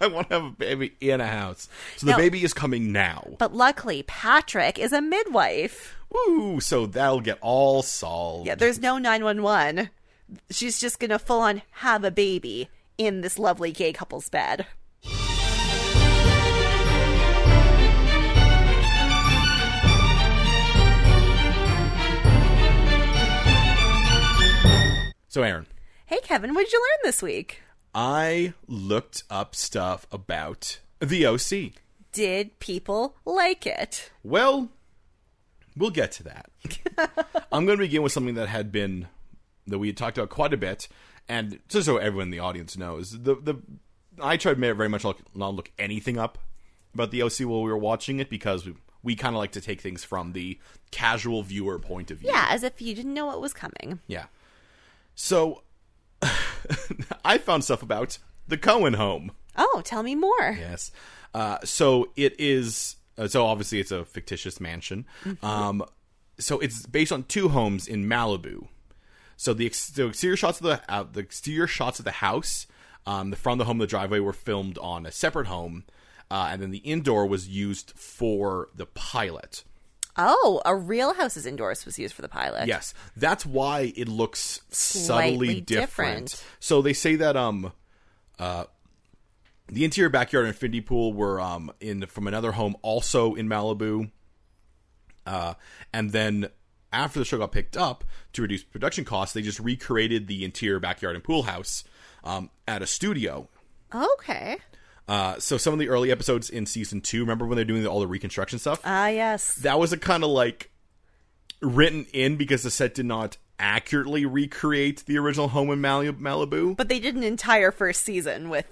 I want to have a baby in a house. So the No. baby is coming now. But luckily, Patrick is a midwife. Woo! So that'll get all solved. Yeah, there's no 911. She's just going to full on have a baby in this lovely gay couple's bed. So Aaron, Hey, Kevin, what did you learn this week? I looked up stuff about the OC. Did people like it? Well, we'll get to that. I'm going to begin with something that had been that we had talked about quite a bit, and just so everyone in the audience knows, the the I tried ma- very much look, not look anything up about the OC while we were watching it because we we kind of like to take things from the casual viewer point of view. Yeah, as if you didn't know what was coming. Yeah. So I found stuff about the Cohen home. Oh, tell me more. Yes. Uh, so it is. Uh, so obviously, it's a fictitious mansion. Um, so it's based on two homes in Malibu. So the, ex- the exterior shots of the uh, the exterior shots of the house, um, the from the home, the driveway were filmed on a separate home, uh, and then the indoor was used for the pilot. Oh, a real house's indoors was used for the pilot. Yes, that's why it looks subtly Slightly different. different. So they say that um, uh, the interior backyard and infinity pool were um in from another home also in Malibu. Uh, and then after the show got picked up to reduce production costs, they just recreated the interior backyard and pool house um, at a studio Okay. uh, so some of the early episodes in season two, remember when they're doing the, all the reconstruction stuff? Ah, yes. that was a kind of like written in because the set did not accurately recreate the original home in Mali- Malibu. But they did an entire first season with.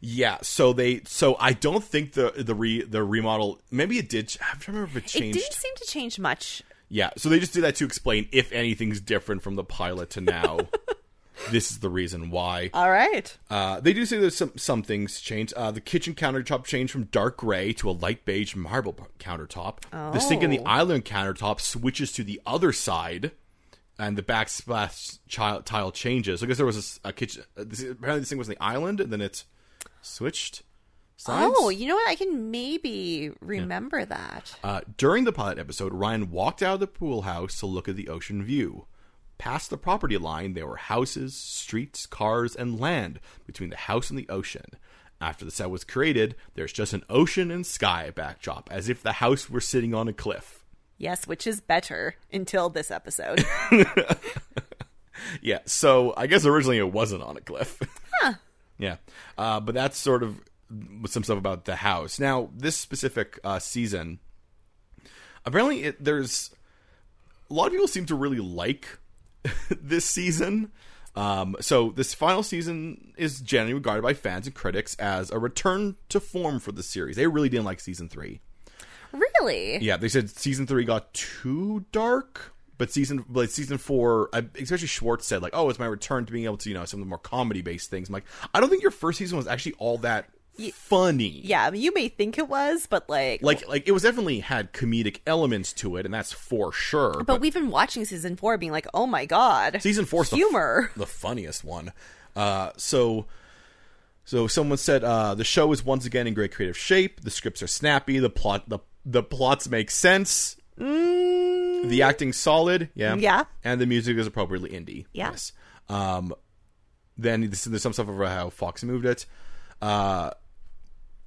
Yeah, so they so I don't think the the re the remodel maybe it did. I'm trying to remember if it It changed. didn't seem to change much. yeah, so they just did that to explain if anything's different from the pilot to now. this is the reason why. All right. Uh, they do say there's some some things changed. Uh, the kitchen countertop changed from dark gray to a light beige marble p- countertop. The sink and the Oh. island countertop switches to the other side, and the backsplash chi- tile changes. I guess there was a s- a, kitchen. Uh, this, apparently, this thing was on the island, and then it switched sides. Oh, you know what? I can maybe remember that. Uh, during the pilot episode, Ryan walked out of the pool house to look at the ocean view. Past the property line, there were houses, streets, cars, and land between the house and the ocean. After the set was created, there's just an ocean and sky backdrop, as if the house were sitting on a cliff. Yes, which is better until this episode. Yeah. So I guess originally it wasn't on a cliff. yeah. Uh, but that's sort of some stuff about the house. Now, this specific uh, season, apparently it, there's a lot of people seem to really like this season. Um, so this final season is generally regarded by fans and critics as a return to form for the series. They really didn't like season three. really? Yeah, they said season three got too dark, but season like season four, I, especially Schwartz said like, "Oh, it's my return to being able to you know some of the more comedy based things." I'm like, I don't think your first season was actually all that funny. Yeah, I mean, you may think it was, but like, Like, like it was definitely had comedic elements to it, and that's for sure. But, but we've been watching season four, being like, oh my god, season four's the humor. the funniest one. Uh, so, so someone said uh, the show is once again in great creative shape. The scripts are snappy. The plot, the the plots make sense. The acting's solid. Yeah, Mm. Yeah. And the music is appropriately indie. Yeah. Yes. Um, then this- there's some stuff about how Fox moved it. Uh,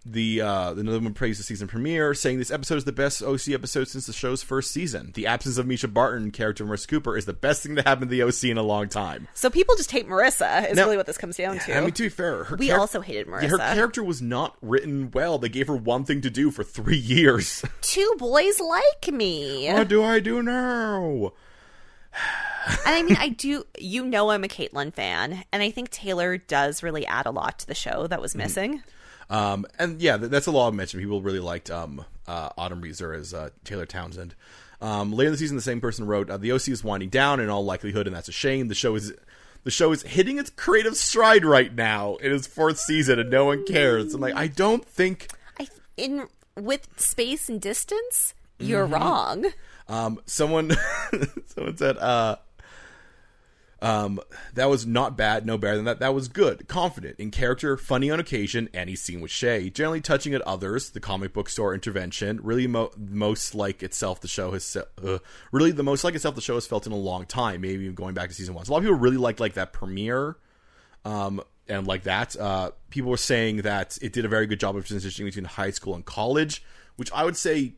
the uh, another one praised the season premiere, saying this episode is the best OC episode since the show's first season. The absence of Misha Barton, character of Marissa Cooper, is the best thing to happen to the OC in a long time. So people just hate Marissa. Is Now- really what this comes down to. I mean, to be fair, her we charac- also hated Marissa. yeah, her character was not written well. They gave her one thing to do for three years. Two boys like me, and what do I do now? I mean, I do. You know, I'm a Caitlyn fan, and I think Taylor does really add a lot to the show that Mm-hmm. was missing. Um, and yeah, th- that's a lot of mention. People really liked um, uh, Autumn Reeser as uh, Taylor Townsend. Um, later in the season, the same person wrote, uh, "The OC is winding down in all likelihood, and that's a shame. The show is." The show is hitting its creative stride right now in its fourth season, and no one cares. I'm like, I don't think I in with space and distance, you're Mm-hmm. wrong. Um, someone, someone said, uh, um, that was not bad, no better than that. That was good, confident, in character, funny on occasion, and he's seen with Shay. Generally touching at others, the comic book store intervention, really mo- most like itself the show has, se- uh, really the most like itself the show has felt in a long time, maybe even going back to season one. So a lot of people really liked like that premiere, um, and like that. Uh, people were saying that it did a very good job of transitioning between high school and college, which I would say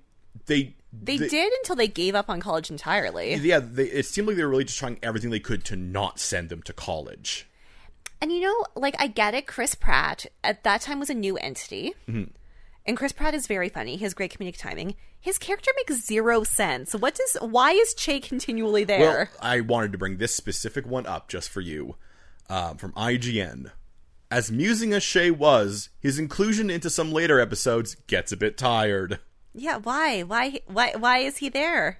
they, They, did until they gave up on college entirely. yeah, they, it seemed like they were really just trying everything they could to not send them to college. And you know, like I get it. Chris Pratt at that time was a new entity, and Chris Pratt is very funny. He has great comedic timing. His character makes zero sense. What does? Why is Che continually Well, there? I wanted to bring this specific one up just for you um, from IGN. As musing as Shay was, his inclusion into some later episodes gets a bit tired. yeah, why? Why? Why? Why is he there?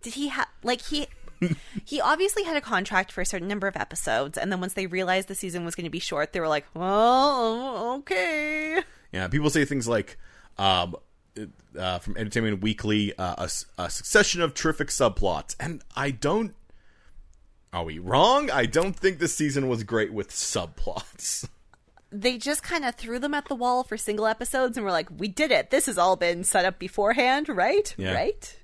Did he have like he? he obviously had a contract for a certain number of episodes, and then once they realized the season was going to be short, they were like, "Well, okay." Yeah, people say things like, um, uh, from Entertainment Weekly, uh, a, s- a succession of terrific subplots. And I don't. Are we wrong? I don't think this season was great with subplots. they just kind of threw them at the wall for single episodes and were like, we did it. This has all been set up beforehand, right? Yeah. Right?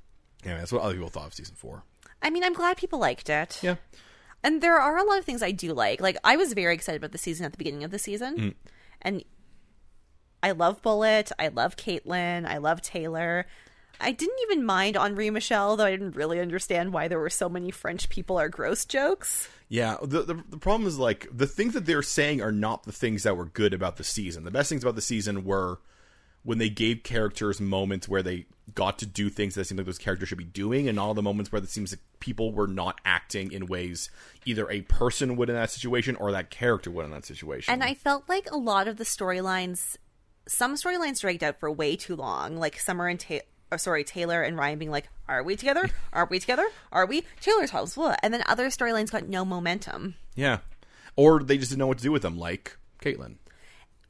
Yeah, that's what other people thought of season four. I mean, I'm glad people liked it. Yeah. And there are a lot of things I do like. Like, I was very excited about the season at the beginning of the season. Mm. And I love Bullet. I love Caitlin. I love Taylor. I didn't even mind Henri Michel, though I didn't really understand why there were so many French people are gross jokes. Yeah, the, the the problem is like the things that they're saying are not the things that were good about the season. The best things about the season were when they gave characters moments where they got to do things that seemed like those characters should be doing, and all the moments where it seems like people were not acting in ways either a person would in that situation or that character would in that situation. And I felt like a lot of the storylines, some storylines dragged out for way too long. Like Summer and Ta- or sorry, Taylor and Ryan being like, "Are we together? Are we together? Are we?" Taylor's house, blah. and then other storylines got no momentum. yeah, or they just didn't know what to do with them, like Caitlin.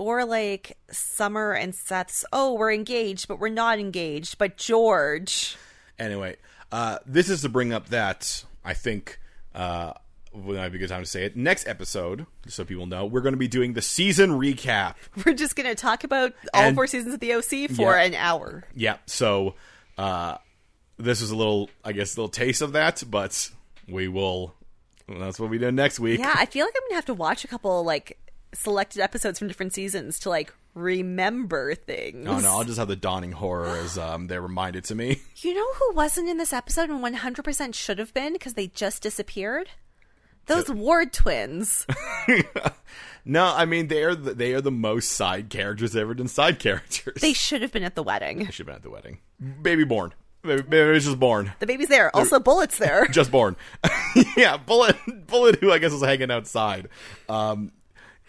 Or like Summer and Seth's, "Oh, we're engaged, but we're not engaged." But George, Anyway, uh, this is to bring up that I think uh, would not be a good time to say it. Next episode, just so people know, we're going to be doing the season recap. we're just gonna talk about all And- four seasons of the OC for Yeah. an hour. Yeah, so uh, this is a little, I guess, a little taste of that, but we will. That's what we do next week. Yeah, I feel like I'm gonna have to watch a couple like selected episodes from different seasons to like remember things. Oh no, I'll just have the dawning horror as um, they're reminded to me. You know who wasn't in this episode and 100% should have been because they just disappeared? Those Ward twins. No, I mean they are the, they are the most side characters ever done side characters. They should have been at the wedding. should have been at the wedding. Baby born. Baby, baby was just born. The baby's there. Also, Bullet's there. Just born. yeah, bullet bullet who I guess was hanging outside. Um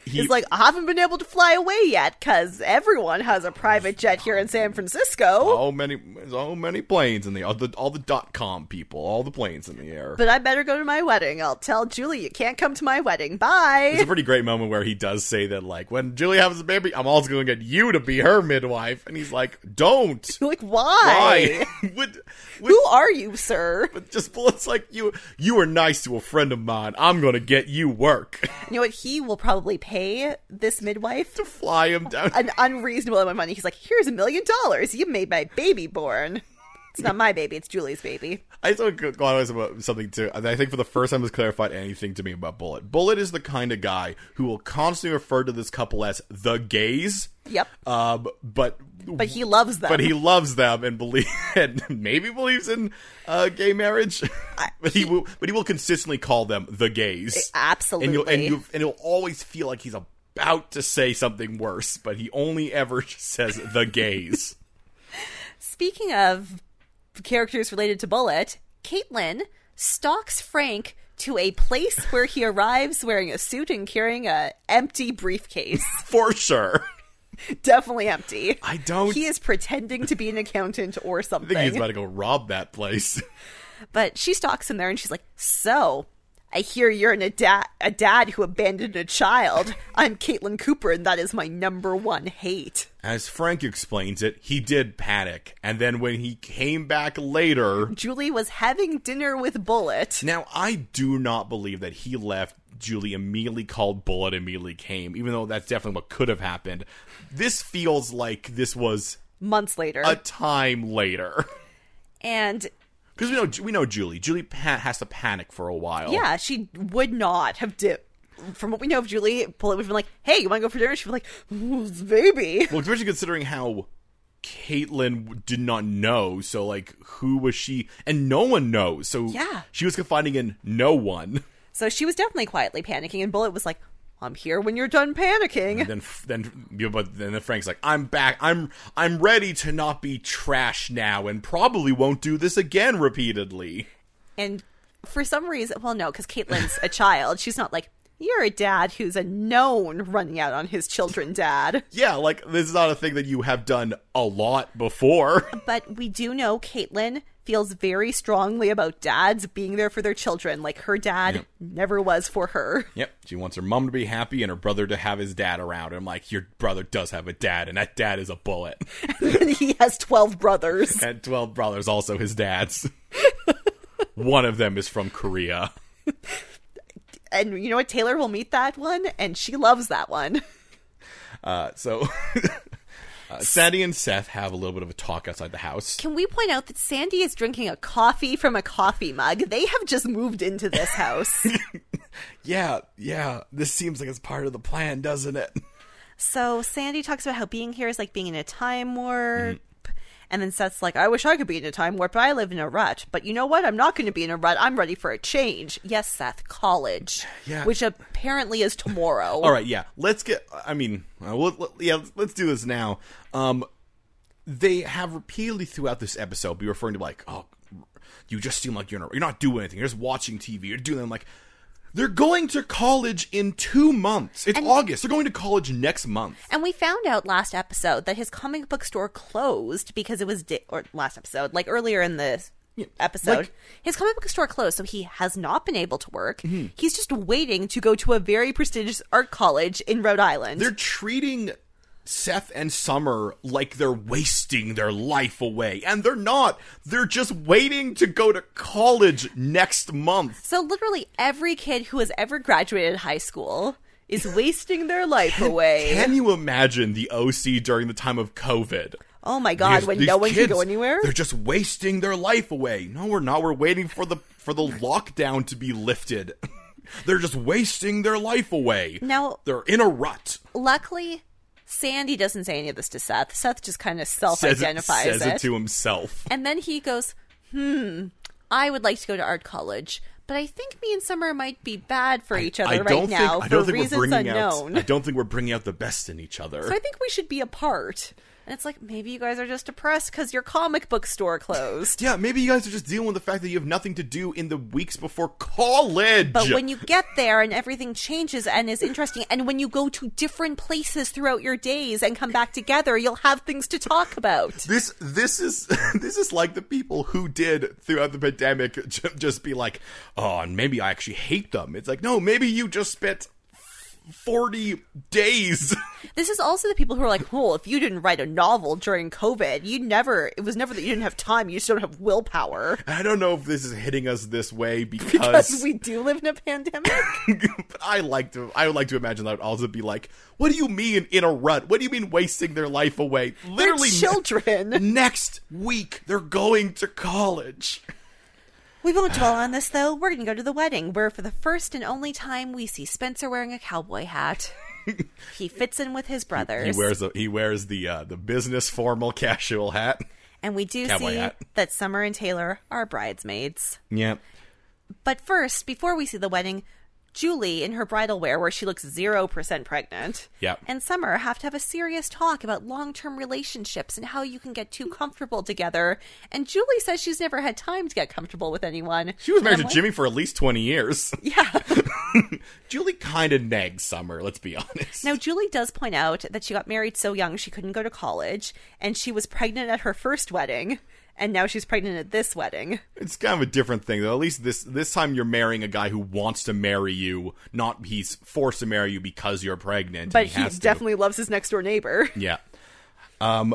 he, He's like, I haven't been able to fly away yet because everyone has a private jet here in San Francisco. so oh many so many planes in the all the all the dot com people, all the planes in the air. But I better go to my wedding. I'll tell Julie you can't come to my wedding. It's Bye. a pretty great moment where he does say that, like, when Julie has a baby, I'm also going to get you to be her midwife. And he's like, don't. Like, Why? why? with, with, Who are you, sir? with just bullets like you, you were nice to a friend of mine. I'm going to get you work You know what? He will probably pay this midwife to fly him down. an unreasonable amount of money. He's like, here's a million dollars. You made my baby born. It's not my baby. It's Julie's baby. I just want to go on about something too. I think for the first time, has clarified anything to me about Bullet. Bullet is the kind of guy who will constantly refer to this couple as the gays. Yep. Um, but But he loves them. but he loves them and believe and maybe believes in uh, gay marriage. but he, will, but he will consistently call them the gays. Absolutely. And you'll and you and he'll always feel like he's about to say something worse, but he only ever just says the gays. Speaking of characters related to Bullet, Caitlin stalks Frank to a place where he arrives wearing a suit and carrying a empty briefcase. For sure. Definitely empty. I don't He is pretending to be an accountant or think he's something. about to go rob that place. but she stalks him there and she's like, So, I hear you're an a, da- a dad who abandoned a child. I'm Caitlin Cooper, and that is my number one hate. As Frank explains it, he did panic, and then when he came back later Julie was having dinner with Bullet. Now, I do not believe that he left. Julie immediately called Bullet, immediately came, even though that's definitely what could have happened. This feels like this was Months later. a time later. and Because we know we know Julie. Julie pa- has to panic for a while. Yeah, she would not have dipped. From what we know of Julie, Bullet would have been like, "Hey, you want to go for dinner?" She'd be like, "Ooh, it's "Baby." Well, especially considering how Caitlyn w- did not know. So, like, who was she? And no one knows. So, Yeah. she was confiding in no one. So she was definitely quietly panicking, and Bullet was like, "I'm here when you're done panicking." then then yeah, but then Frank's like, I'm back. I'm I'm ready to not be trash now, and probably won't do this again repeatedly. And for some reason, well, no, because Caitlin's a child. She's not like you're a dad who's a known running out on his children, dad. Yeah, like this is not a thing that you have done a lot before. But we do know Caitlin feels very strongly about dads being there for their children, like her dad never was for her. yep, she wants her mom to be happy and her brother to have his dad around. I'm like, your brother does have a dad, and that dad is a bullet. and he has twelve brothers. and twelve brothers, also his dads. One of them is from Korea. and you know what taylor will meet that one and she loves that one Uh, so. Uh, Sandy and Seth have a little bit of a talk outside the house. can we point out that sandy is drinking a coffee from a coffee mug they have just moved into this house Yeah, yeah. This seems like it's part of the plan, doesn't it? so sandy talks about how being here is like being in a Mm-hmm. time warp and then seth's like i wish i could be in a time warp but i live in a rut but you know what i'm not going to be in a rut i'm ready for a change yes seth college Yeah. which apparently is tomorrow All right, yeah. Let's get. I mean, uh, we'll, let- yeah. Let's do this now. Um, they have repeatedly throughout this episode be referring to like, oh, you just seem like you're in a, you're not doing anything. You're just watching TV. You're doing. I'm like, they're going to college in two months. It's August. They're going to college next month. And we found out last episode that his comic book store closed because it was di- or last episode, like earlier in this episode, like- his comic book store closed, so he has not been able to work. Mm-hmm. He's just waiting to go to a very prestigious art college in Rhode Island. They're treating Seth and Summer like they're wasting their life away, and they're not. They're just waiting to go to college next month. so literally every kid who has ever graduated high school is wasting their life away. Can you imagine the OC during the time of COVID? oh my god, These- when these no one kids, can go anywhere. They're just wasting their life away. No, we're not. We're waiting for the for the lockdown to be lifted. they're just wasting their life away. Now- they're in a rut. Luckily, Sandy doesn't say any of this to Seth. Seth just kind of self identifies says it to himself. And then he goes, hmm, I would like to go to art college, but I think me and Summer might be bad for each other I right don't think, now I don't for think we're reasons bringing unknown. out. I don't think we're bringing out the best in each other. So I think we should be apart. And it's like, maybe you guys are just depressed because your comic book store closed. yeah, maybe you guys are just dealing with the fact that you have nothing to do in the weeks before college. But when you get there and everything changes and is interesting, and when you go to different places throughout your days and come back together, you'll have things to talk about. this this is this is like the people who did throughout the pandemic ju- just be like, oh, and maybe I actually hate them. It's like, no, maybe you just spent forty days. This is also the people who are like, well, if you didn't write a novel during COVID, you never, it was never that you didn't have time, you just don't have willpower. I don't know if this is hitting us this way because, Because we do live in a pandemic. but I like to I would like to imagine that would also be like, what do you mean in a rut? What do you mean wasting their life away? They're Literally children. next week they're going to college. We won't dwell on this, though. We're going to go to the wedding, where for the first and only time we see Spencer wearing a cowboy hat. he fits in with his He brothers. wears a, he wears the uh, the business formal casual hat. and we do Cowboy see hat. that Summer and Taylor are bridesmaids. Yeah. But first, before we see the wedding, Julie in her bridal wear, where she looks 0% pregnant, Yep. and Summer have to have a serious talk about long term relationships and how you can get too comfortable together. And Julie says she's never had time to get comfortable with anyone. She was And married I'm to like, Jimmy for at least 20 years. Yeah. Julie kind of nagged Summer, let's be honest. Now, Julie does point out that she got married so young she couldn't go to college, and she was pregnant at her first wedding, and now she's pregnant at this wedding. It's kind of a different thing, though. At least this this time you're marrying a guy who wants to marry you, not he's forced to marry you because you're pregnant. But he he, has to. definitely loves his next door neighbor. Yeah. Um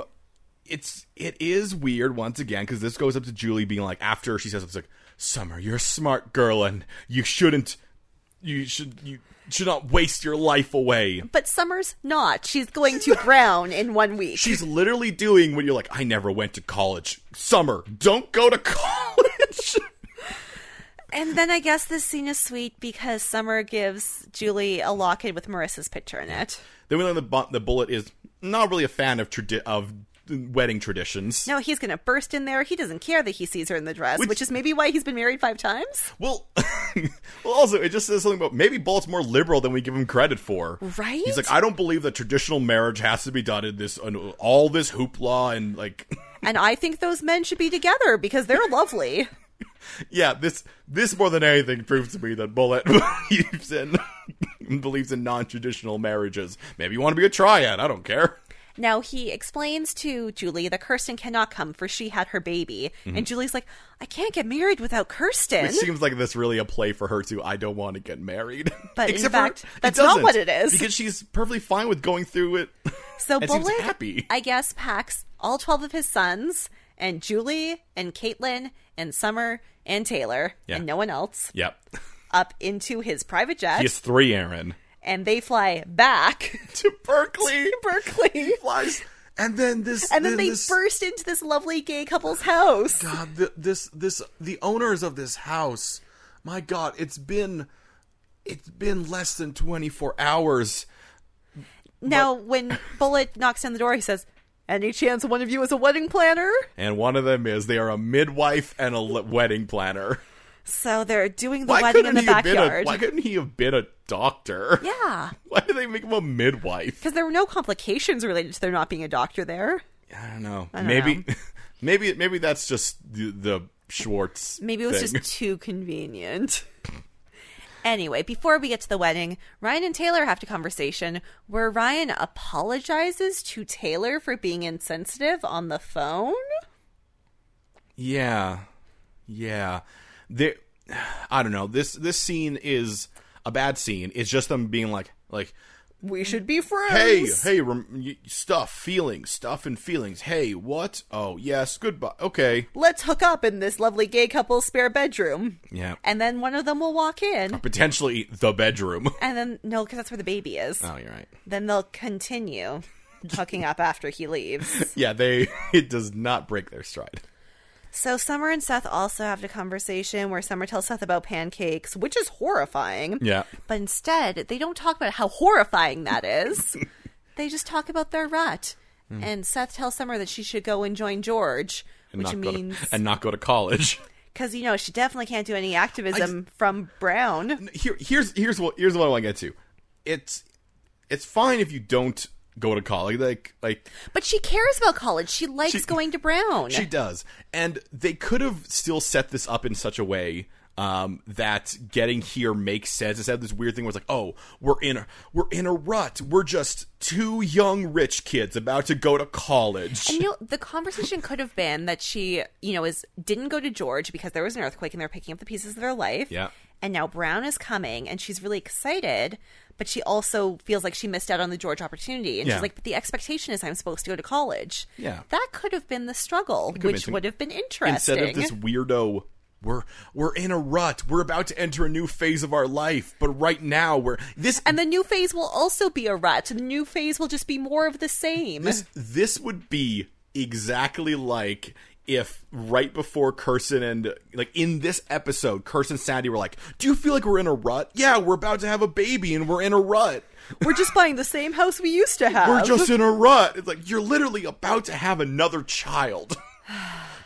it's it is weird once again cuz this goes up to Julie being like after she says it's like Summer, you're a smart girl and you shouldn't you should you should not waste your life away. But Summer's not. She's going to brown in one week. She's literally doing what you're like, I never went to college. Summer, don't go to college. And then I guess this scene is sweet because Summer gives Julie a locket with Marissa's picture in it. then we learn the bu- the bullet is not really a fan of tradi- of wedding traditions. No, he's going to burst in there. He doesn't care that he sees her in the dress, Which- which is maybe why he's been married five times. Well, well, also it just says something about maybe Bolt's more liberal than we give him credit for. Right? He's like, I don't believe that traditional marriage has to be done in this in all this hoopla and like, And I think those men should be together because they're lovely. yeah, this this more than anything proves to me that Bullet believes in believes in non traditional marriages. Maybe you want to be a triad. I don't care. Now he explains to Julie that Kirsten cannot come for she had her baby, and Julie's like, "I can't get married without Kirsten." It seems like that's really a play for her too. I don't want to get married. But in for- fact, it that's not doesn't, what it is. Because she's perfectly fine with going through it. so it seems Bullet, happy. I guess, packs all twelve of his sons and Julie and Caitlin and Summer and Taylor Yeah. and no one else Yep. up into his private jet, He has three Aaron. and they fly back To Berkeley. to Berkeley, Flies. And then this. and then they this, burst into this lovely gay couple's house. God, th- this this the owners of this house. My God, it's been it's been less than twenty four hours. Now, when Bullet knocks on the door, he says, "Any chance one of you is a wedding planner?" And one of them is they are a midwife and a le- wedding planner. So they're doing the Why wedding in couldn't the he have been a? backyard. Why couldn't he have been a doctor? yeah. Why did they make him a midwife? Because there were no complications related to there not being a doctor there. I don't know. don't maybe, know. maybe, maybe that's just the, the Schwartz. Maybe it was thing. just too convenient. anyway, before we get to the wedding, Ryan and Taylor have a conversation where Ryan apologizes to Taylor for being insensitive on the phone. yeah, yeah. There, I don't know. This this scene is a bad scene. It's just them being like, like, We should be hey, friends. hey, rem- y- stuff, feelings, stuff, and feelings. Hey, what? Oh, yes, goodbye. Okay, Let's hook up in this lovely gay couple's spare bedroom. yeah. And then one of them will walk in. Potentially the bedroom. And then, no, because that's where the baby is. oh, you're right. Then they'll continue hooking up after he leaves. Yeah, they. It does not break their stride. So Summer and Seth also have a conversation where Summer tells Seth about pancakes, which is horrifying. Yeah. But instead, they don't talk about how horrifying that is. They just talk about their rut. And Seth tells Summer that she should go and join George, Mm. and which not go to- means and not go to college. because you know she definitely can't do any activism from Brown. Here, here's here's what here's what I want to get to. It's it's fine if you don't go to college. Like like But she cares about college. She likes She- going to Brown. She does. And they could have still set this up in such a way um, that getting here makes sense. Instead of this weird thing where it's like, oh, we're in a we're in a rut. We're just two young rich kids about to go to college. And you know, the conversation could have been that she, you know, is didn't go to George because there was an earthquake and they're picking up the pieces of their life. Yeah. And now Brown is coming and she's really excited, but she also feels like she missed out on the George opportunity. And Yeah. she's like, but the expectation is I'm supposed to go to college. Yeah. That could have been the struggle, been which some- would have been interesting. Instead of this weirdo we're we're in a rut. We're about to enter a new phase of our life, but right now we're this and the new phase will also be a rut. The new phase will just be more of the same. This this would be exactly like if right before Kirsten and like in this episode, Kirsten and Sandy were like, "Do you feel like we're in a rut? Yeah, we're about to have a baby and we're in a rut. We're just buying the same house we used to have. We're just in a rut." It's like you're literally about to have another child.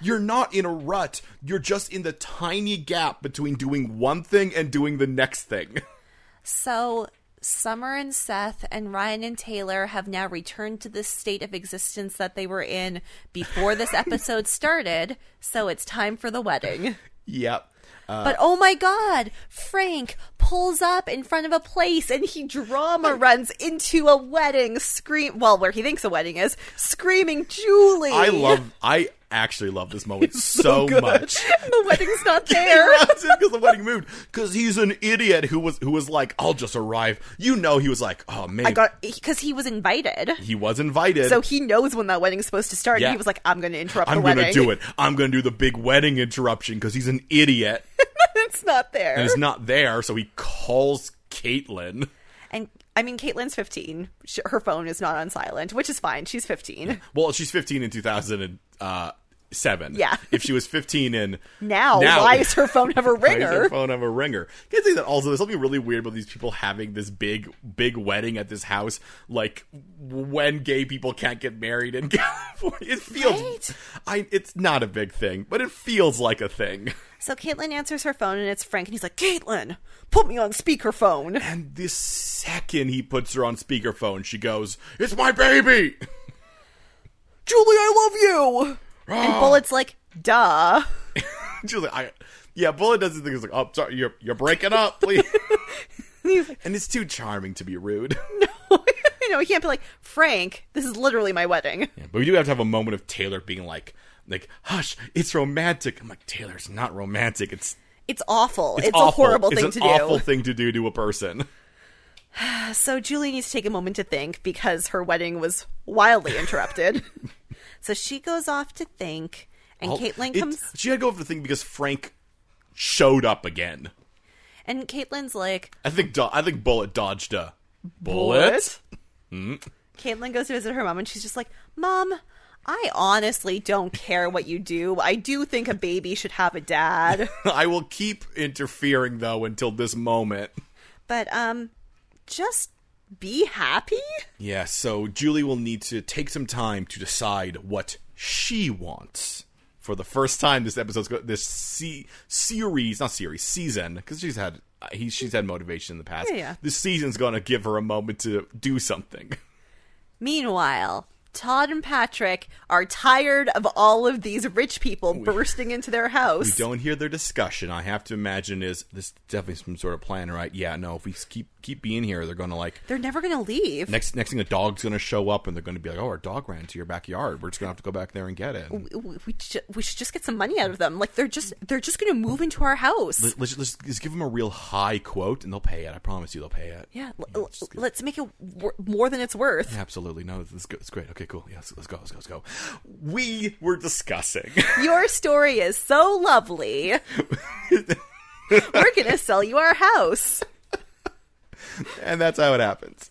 You're not in a rut. You're just in the tiny gap between doing one thing and doing the next thing. So Summer and Seth and Ryan and Taylor have now returned to this state of existence that they were in before this episode started. So it's time for the wedding. yep. but oh my god, Frank pulls up in front of a place and he drama runs into a wedding scream well where he thinks a wedding is screaming Julie. I love I actually love this moment Eh. so much. the wedding's not there. because the wedding moved. Because he's an idiot who was who was like, "I'll just arrive." You know, he was like, "Oh man, I got because he was invited. he was invited." So he knows when that wedding's supposed to start. Yeah. And he was like, I'm going to interrupt I'm the wedding. gonna do it. I'm gonna do the big wedding interruption because he's an idiot it's not there. and is not there. So he calls Caitlin. And I mean, Caitlin's 15. Sh her phone is not on silent, which is fine. She's 15. Well, she's 15 in 2007. Yeah. uh, If she was 15 in Now, why is her phone have a Why does ringer? Her phone have a ringer. Can I say that also? There's something really weird about these people having this big, big wedding at this house, like when gay people can't get married in California. It feels, Right? I, it's not a big thing, but it feels like a thing. So Caitlin answers her phone, and it's Frank, and he's like, Caitlin, put me on speakerphone. And the second he puts her on speakerphone, she goes, "It's my baby." Julie, I love you. and Bullet's like, Oh. duh. She's like, I, yeah, Bullet does this thing. He's like, "Oh, sorry, you're you're breaking up, please." He's like, and it's too charming to be rude. you know, he can't be like, Frank, this is literally my wedding. Yeah, but we do have to have a moment of Taylor being like, like, hush, it's romantic. I'm like, Taylor, it's not romantic. It's It's awful. It's, a awful. horrible It's thing an to do. awful thing to do to a person. So Julie needs to take a moment to think because her wedding was wildly interrupted. so she goes off to think, and Caitlin It- comes. She had to go over the thing because Frank showed up again. And Caitlin's like, I think. Do- I think Bullet dodged a Bullet? Hmm? Caitlin goes to visit her mom, and she's just like, Mom, I honestly don't care what you do. I do think a baby should have a dad. I will keep interfering though until this moment. but, um, just be happy? Yeah. So Julie will need to take some time to decide what she wants. For the first time, this episode's go- this se- series, not series, season, because she's had uh, he, she's had motivation in the past. Yeah, yeah. This season's gonna give her a moment to do something. Meanwhile, Todd and Patrick are tired of all of these rich people bursting into their We house. don't hear their discussion. I have to imagine is this definitely some sort of plan, right? Yeah. No, if we s- keep keep being here, they're gonna like They're never going to leave. next next thing a dog's gonna show up and they're gonna be like, oh, our dog ran into your backyard. We're just gonna have to go back there and get it. we, we, we ju- we should just get some money out of them. Like they're just they're just going to move into our house. Let's, let's just give them a real high quote and they'll pay it. I promise you they'll pay it. yeah, l- l- let's make it wor- more than it's worth. Absolutely. No, it's, it's great. Okay, cool. Yes, let's go. Let's go. Let's go. We were discussing. Your story is so lovely. We're going to sell you our house. and that's how it happens.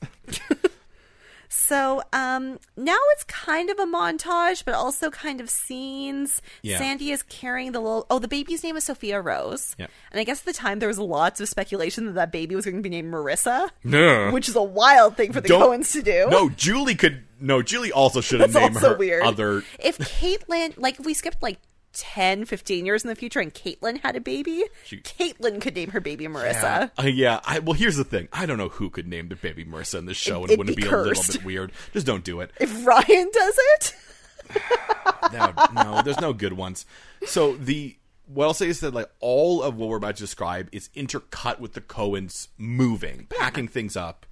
So um, now it's kind of a montage, but also kind of scenes. Yeah. Sandy is carrying the little. Oh, the baby's name is Sophia Rose. Yep. And I guess at the time there was lots of speculation that that baby was going to be named Marissa, No. which is a wild thing for the Don't- Coens to do. No, Julie could. No, Julie also should have That's named also her weird. other. If Caitlyn, like, if we skipped like 10, 15 years in the future and Caitlyn had a baby, She- Caitlyn could name her baby Uh, Marissa. yeah. I, well, here's the thing. I don't know who could name their baby Marissa in this show, and it'd wouldn't be it be a little cursed. bit weird? Just don't do it. If Ryan does it, No, no, there's no good ones. So the what I'll say is that like all of what we're about to describe is intercut with the Coens moving, packing things up.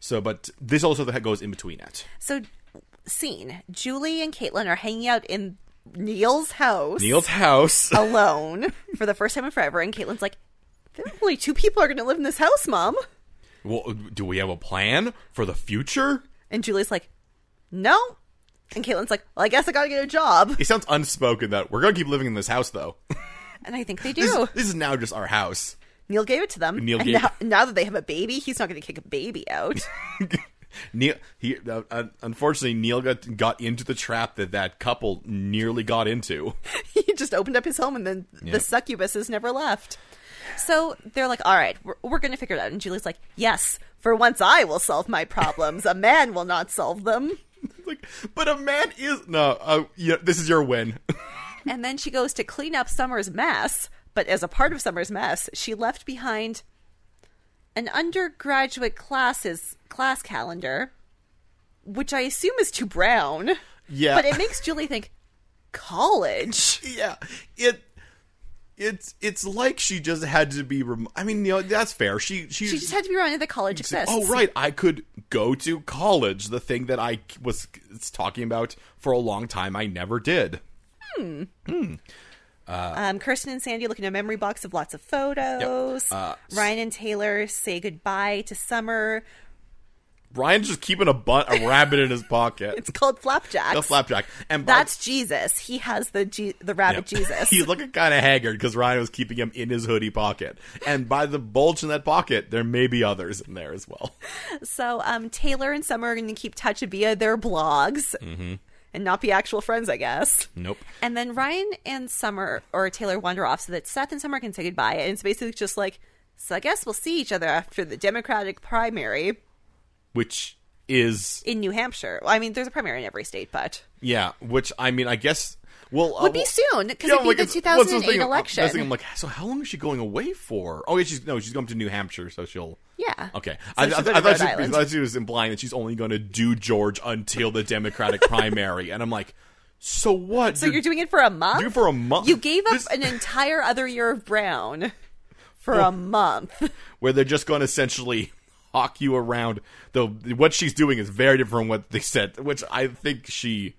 So, but this also that goes in between it. so scene Julie and Caitlyn are hanging out in Neil's house Neil's house. alone for the first time in forever, and Caitlyn's like, "There are only two people are going to live in this house, Mom," Well, do we have a plan for the future? and Julie's like, "No." And Caitlin's like, well, I guess I gotta get a job. It sounds unspoken that we're gonna keep living in this house, though. And I think they do. This, this is now just our house. Neil gave it to them. Neil and gave- now, now that they have a baby, he's not going to kick a baby out. Neil, he uh, uh, unfortunately Neil got got into the trap that that couple nearly got into. he just opened up his home, and then the succubus has never left. So they're like, "All right, we're, we're going to figure it out." And Julie's like, "Yes, for once, I will solve my problems. a man will not solve them." like, but a man is no. Uh, yeah, this is your win. And then she goes to clean up Summer's mess. But as a part of Summer's mess, she left behind an undergraduate classes class calendar, which I assume is too brown. Yeah. But it makes Julie think college. yeah, it it's it's like she just had to be. Rem- I mean, you know, that's fair. She she, She just had to be reminded that college said, exists. oh right, I could go to college. The thing that I was talking about for a long time, I never did. Um, Kirsten and Sandy look in a memory box of lots of photos. Uh, Ryan and Taylor say goodbye to Summer. Ryan's just keeping a butt a rabbit in his pocket. It's called flapjacks. a flapjack, and by- That's Jesus. He has the G- the rabbit Jesus. He's looking kind of haggard because Ryan was keeping him in his hoodie pocket. And by the bulge in that pocket, there may be others in there as well. So um, Taylor and Summer are going to keep touch via their blogs Mm-hmm. and not be actual friends, I guess. Nope. And then Ryan and Summer or Taylor wander off so that Seth and Summer can say goodbye. And it's basically just like, so I guess we'll see each other after the Democratic primary Which is, in New Hampshire. Well, I mean, there's a primary in every state, but yeah, which I mean, I guess. Well, uh, would be well- soon because Yeah, it'd be like, the it's- well, that's 2008 thing, I'm- election. that's the thing, I'm like, so how long is she going away for? Oh, yeah, she's no, she's going to New Hampshire, so she'll. yeah. Okay, So I, she's I- going to I thought Rhode she, I Island. thought she was implying that she's only going to do George until the Democratic primary, and I'm like, so what? So you're doing it for a month. do it for a month. You gave up This- an entire other year of Brown for a month. where they're just going to essentially hawk you around. Though what she's doing is very different from what they said, which I think she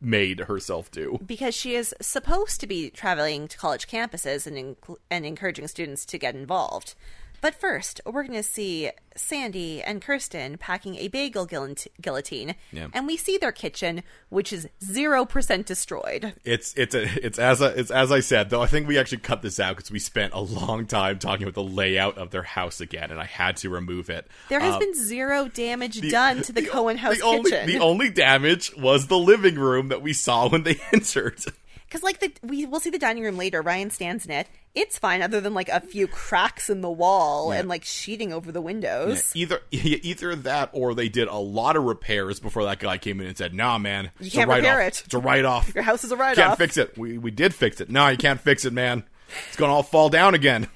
made herself do. because she is supposed to be traveling to college campuses and inc- and encouraging students to get involved. But first, we're going to see Sandy and Kirsten packing a bagel guillant- guillotine, Yeah. and we see their kitchen, which is zero percent destroyed. It's it's a, it's as I it's as I said though. I think we actually cut this out because we spent a long time talking about the layout of their house again, and I had to remove it. There has Um, been zero damage done to the, Cohen house the only, kitchen. The only damage was the living room that we saw when they entered. Because like the we will see the dining room later. Ryan stands in it. It's fine, other than like a few cracks in the wall Yeah. and like sheeting over the windows. Either either that, or they did a lot of repairs before that guy came in and said, "Nah, man, you can't repair it. It's a write off. Your house is a write can't off. fix it. We we did fix it. No, you can't fix it, man. It's gonna all fall down again.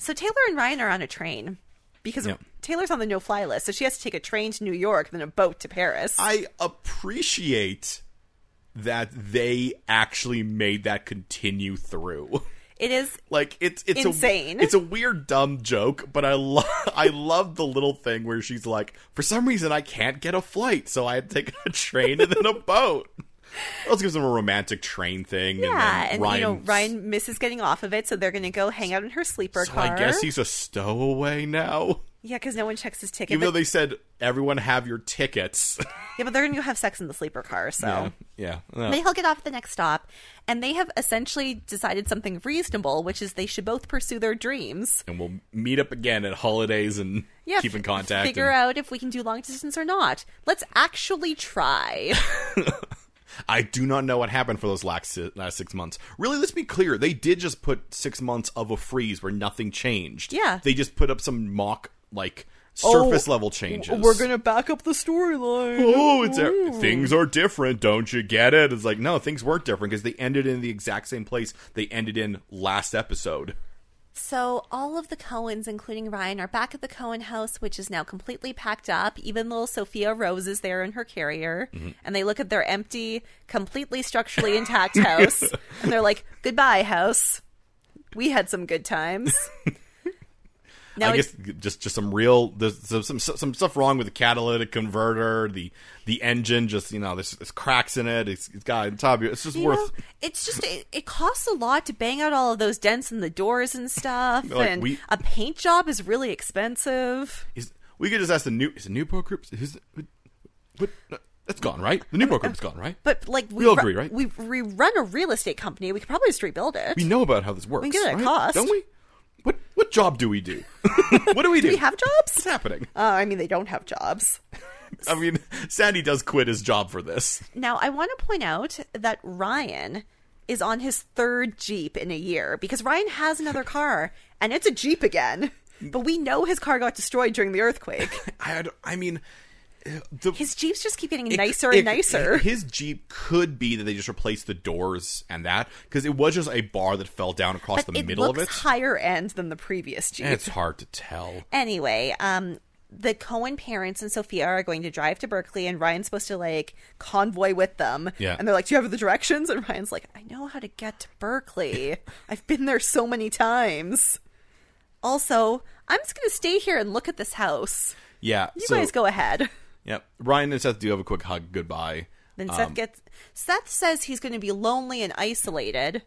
So Taylor and Ryan are on a train because Yep. Taylor's on the no-fly list, so she has to take a train to New York, then a boat to Paris. I appreciate that they actually made that continue through. it is Like it's it's Insane. A, it's a weird dumb joke, but I love I love the little thing where she's like, for some reason I can't get a flight, so I had to take a train and then a boat. It also gives them a romantic train thing. yeah, and, then and Ryan, you know Ryan misses getting off of it, so they're going to go hang out in her sleeper So car. I guess he's a stowaway now. Yeah, because no one checks his ticket. Even but- though they said everyone have your tickets. yeah, but they're going to have sex in the sleeper car, so. yeah. No. They all get off at the next stop, and they have essentially decided something reasonable, which is they should both pursue their dreams. and we'll meet up again at holidays and Yeah, keep in f- contact. Figure and out if we can do long distance or not. Let's actually try. I do not know what happened for those last si- last six months. Really, let's be clear. They did just put six months of a freeze where nothing changed. Yeah. Oh, They just put up some mock, like, surface level changes. to back up the storyline. Oh, it's a- things are different. Don't you get it? It's like no, things weren't different because they ended in the exact same place they ended in last episode. So, all of the Cohens, including Ryan, are back at the Cohen house, which is now completely packed up. Even little Sophia Rose is there in her carrier. Mm-hmm. And they look at their empty, completely structurally intact house. and they're like, goodbye, house. We had some good times. I now, it- guess just just some real there's some, some some stuff wrong with the catalytic converter, the the engine. Just you know, there's, there's cracks in it. It's, it's got on top. of you- It's just you worth know, it's just, it, it costs a lot to bang out all of those dents in the doors and stuff. Like, and we- a paint job is really expensive. Is, we could just ask the new is the Newport group. Who's what? That's gone, right? The Newport group's gone, right? But, like, we, all ru- agree, right? We, we run a real estate company. We could probably just rebuild it. We know about how this works. get a right? cost. don't we? What what job do we do? what do we do? we have jobs? What's happening? Uh, I mean, they don't have jobs. I mean, Sandy does quit his job for this. Now, I want to point out that Ryan is on his third Jeep in a year because Ryan has another car and it's a Jeep again. But we know his car got destroyed during the earthquake. I had- I mean, uh, the, His Jeeps just keep getting it- nicer it- and nicer. His Jeep could be that they just replaced the doors and that because it was just a bar that fell down across the it middle looks of it. higher end than the previous Jeep. it's hard to tell. anyway, um, the Cohen parents and Sophia are going to drive to Berkeley, and Ryan's supposed to like convoy with them. Yeah. And they're like, "Do you have the directions?" And Ryan's like, "I know how to get to Berkeley. I've been there so many times." Also, I'm just going to stay here and look at this house. Yeah. You so, guys go ahead. Yep. Ryan and Seth do have a quick hug goodbye. Then Um, Seth gets Seth says he's going to be lonely and isolated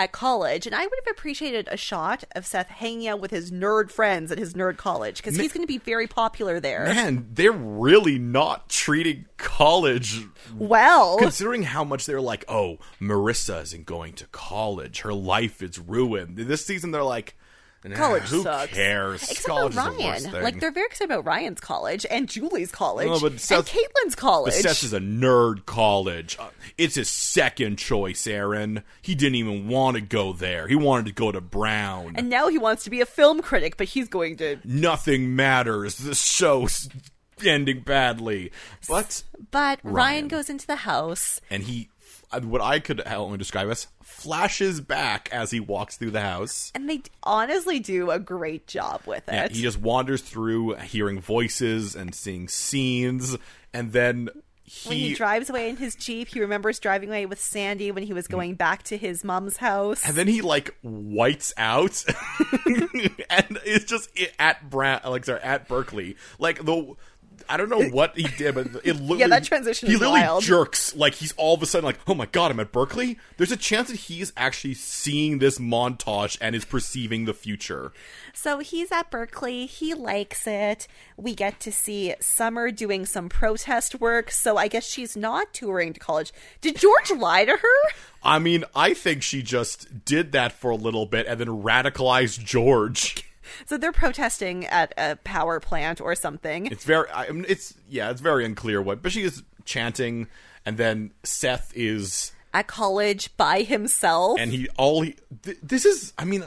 at college, and I would have appreciated a shot of Seth hanging out with his nerd friends at his nerd college because he's going to be very popular there. Man, they're really not treating college well, considering how much they're like, oh, Marissa isn't going to college. Her life is ruined. This season, they're like, nah, college who sucks. cares? Except college for is the worst Ryan. thing. Like they're very excited about Ryan's college and Julie's college No, but and Seth- But Caitlin's college. Seth is a nerd college. Uh, It's his second choice, Aaron. He didn't even want to go there. He wanted to go to Brown. and now he wants to be a film critic, but he's going to. Nothing matters. The show's ending badly. But But Ryan, Ryan. goes into the house. and he uh, what I could only describe as flashes back as he walks through the house. And they honestly do a great job with it. Yeah, he just wanders through hearing voices and seeing scenes and then he, when he drives away in his Jeep, he remembers driving away with Sandy when he was going back to his mom's house. and then he like whites out and it's just i- at Brown like sorry at Berkeley like the I don't know what he did, but it literally Yeah, that transition He is literally wild. jerks like he's all of a sudden like, oh my god, I'm at Berkeley. There's a chance that he's actually seeing this montage and is perceiving the future. So he's at Berkeley. He likes it. We get to see Summer doing some protest work. So I guess she's not touring to college. Did George lie to her? I mean, I think she just did that for a little bit and then radicalized George. So they're protesting at a power plant or something. It's very, I mean, it's yeah, it's very unclear what, but she is chanting, and then Seth is, At college by himself. and he all he. Th- this is, I mean,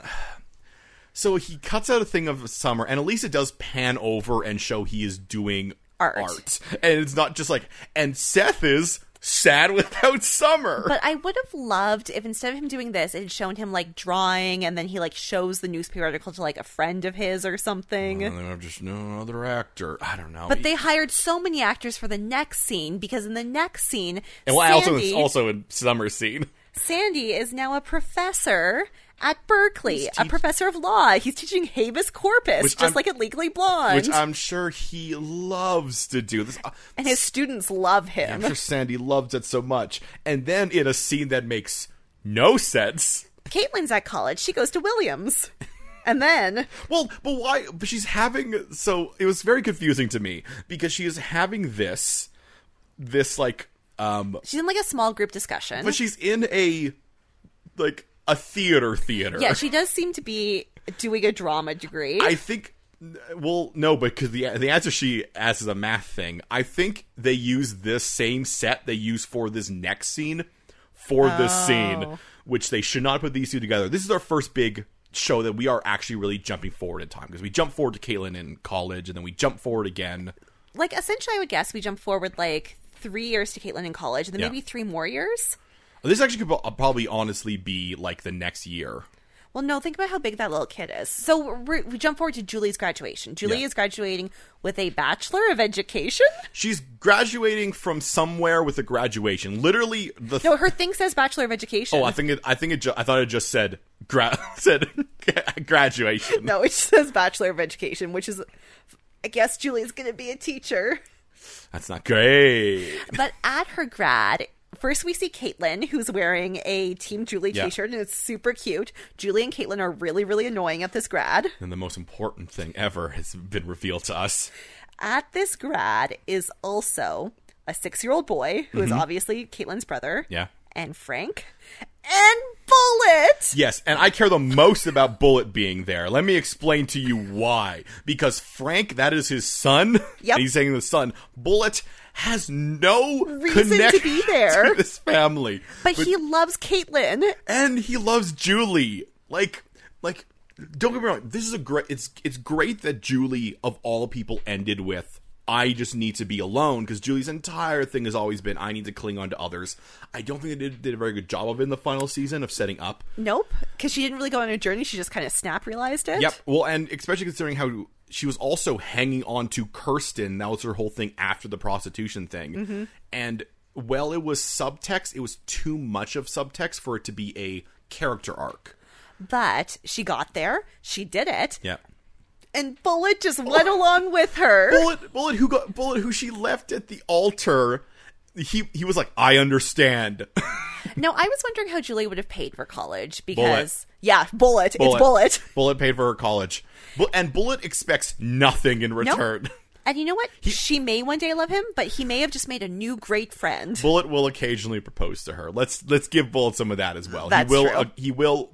so he cuts out a thing of summer, and at least it does pan over and show he is doing Art. and it's not just like, and Seth is sad without summer. but I would have loved if instead of him doing this, it had shown him like drawing and then he like shows the newspaper article to like a friend of his or something. and then I'm just another actor. I don't know. But they hired so many actors for the next scene because in the next scene, and well, also Sandy, also in summer scene. Sandy is now a professor at Berkeley, a professor of law. He's teaching habeas corpus, Which just I'm- like at Legally Blonde. which I'm sure he loves to do. This, Uh, and his students love I'm him. sure Sandy loves it so much. And then in a scene that makes no sense, Caitlin's at college. She goes to Williams. And then Well, but why? But she's having so it was very confusing to me because she is having this, this like, um, she's in like a small group discussion. but she's in a like a theater theater. yeah, she does seem to be doing a drama degree. I think. Well, no, because the the answer she asks is a math thing. I think they use this same set they use for this next scene for this scene, Oh. which they should not put these two together. This is our first big show that we are actually really jumping forward in time because we jump forward to Caitlin in college and then we jump forward again. like essentially, I would guess we jump forward like three years to Caitlin in college, and then Yeah. maybe three more years. This actually could pro- probably honestly be like the next year. Well, no, think about how big that little kid is. So we're, we jump forward to Julie's graduation. Julie Yeah. is graduating with a Bachelor of Education. She's graduating from somewhere with a graduation. Literally, the No, her thing says Bachelor of Education. Oh, I think it, I think it. Ju- I thought it just said gra- said graduation. no, it says Bachelor of Education, which is, I guess Julie's going to be a teacher. That's not great. But at her grad, first we see Caitlin, who's wearing a Team Julie Yeah. t shirt, and it's super cute. Julie and Caitlin are really, really annoying at this grad. And the most important thing ever has been revealed to us. At this grad is also a six year old boy, who is obviously Caitlin's brother. Mm-hmm. Yeah. And Frank. And Bullet! Yes, and I care the most about Bullet being there. Let me explain to you why. Because Frank, that is his son. Yep. He's saying the son. Bullet has no Reason to connection be there. to this family. But, he loves Caitlin. and he loves Julie. Like, like, don't get me wrong. This is a great. It's it's great that Julie, of all people, ended with "I just need to be alone" because Julie's entire thing has always been "I need to cling on to others." I don't think they did, did a very good job of it in the final season of setting up. Nope. Because she didn't really go on a journey. She just kind of snap realized it. Yep. Well, and especially considering how she was also hanging on to Kirsten. That was her whole thing after the prostitution thing. And well, it was subtext. It was too much of subtext for it to be a character arc. But she got there. She did it. Yeah. Oh. And Bullet just went along with her. Bullet, Bullet, who got Bullet, who she left at the altar. He he was like, I understand. No, I was wondering how Julie would have paid for college because yeah, bullet. It's bullet. Bullet paid for her college, Bu- and Bullet expects nothing in return. And you know what? she may one day love him, but he may have just made a new great friend. Bullet will occasionally propose to her. Let's let's give Bullet some of that as well. That's he will uh, true. he will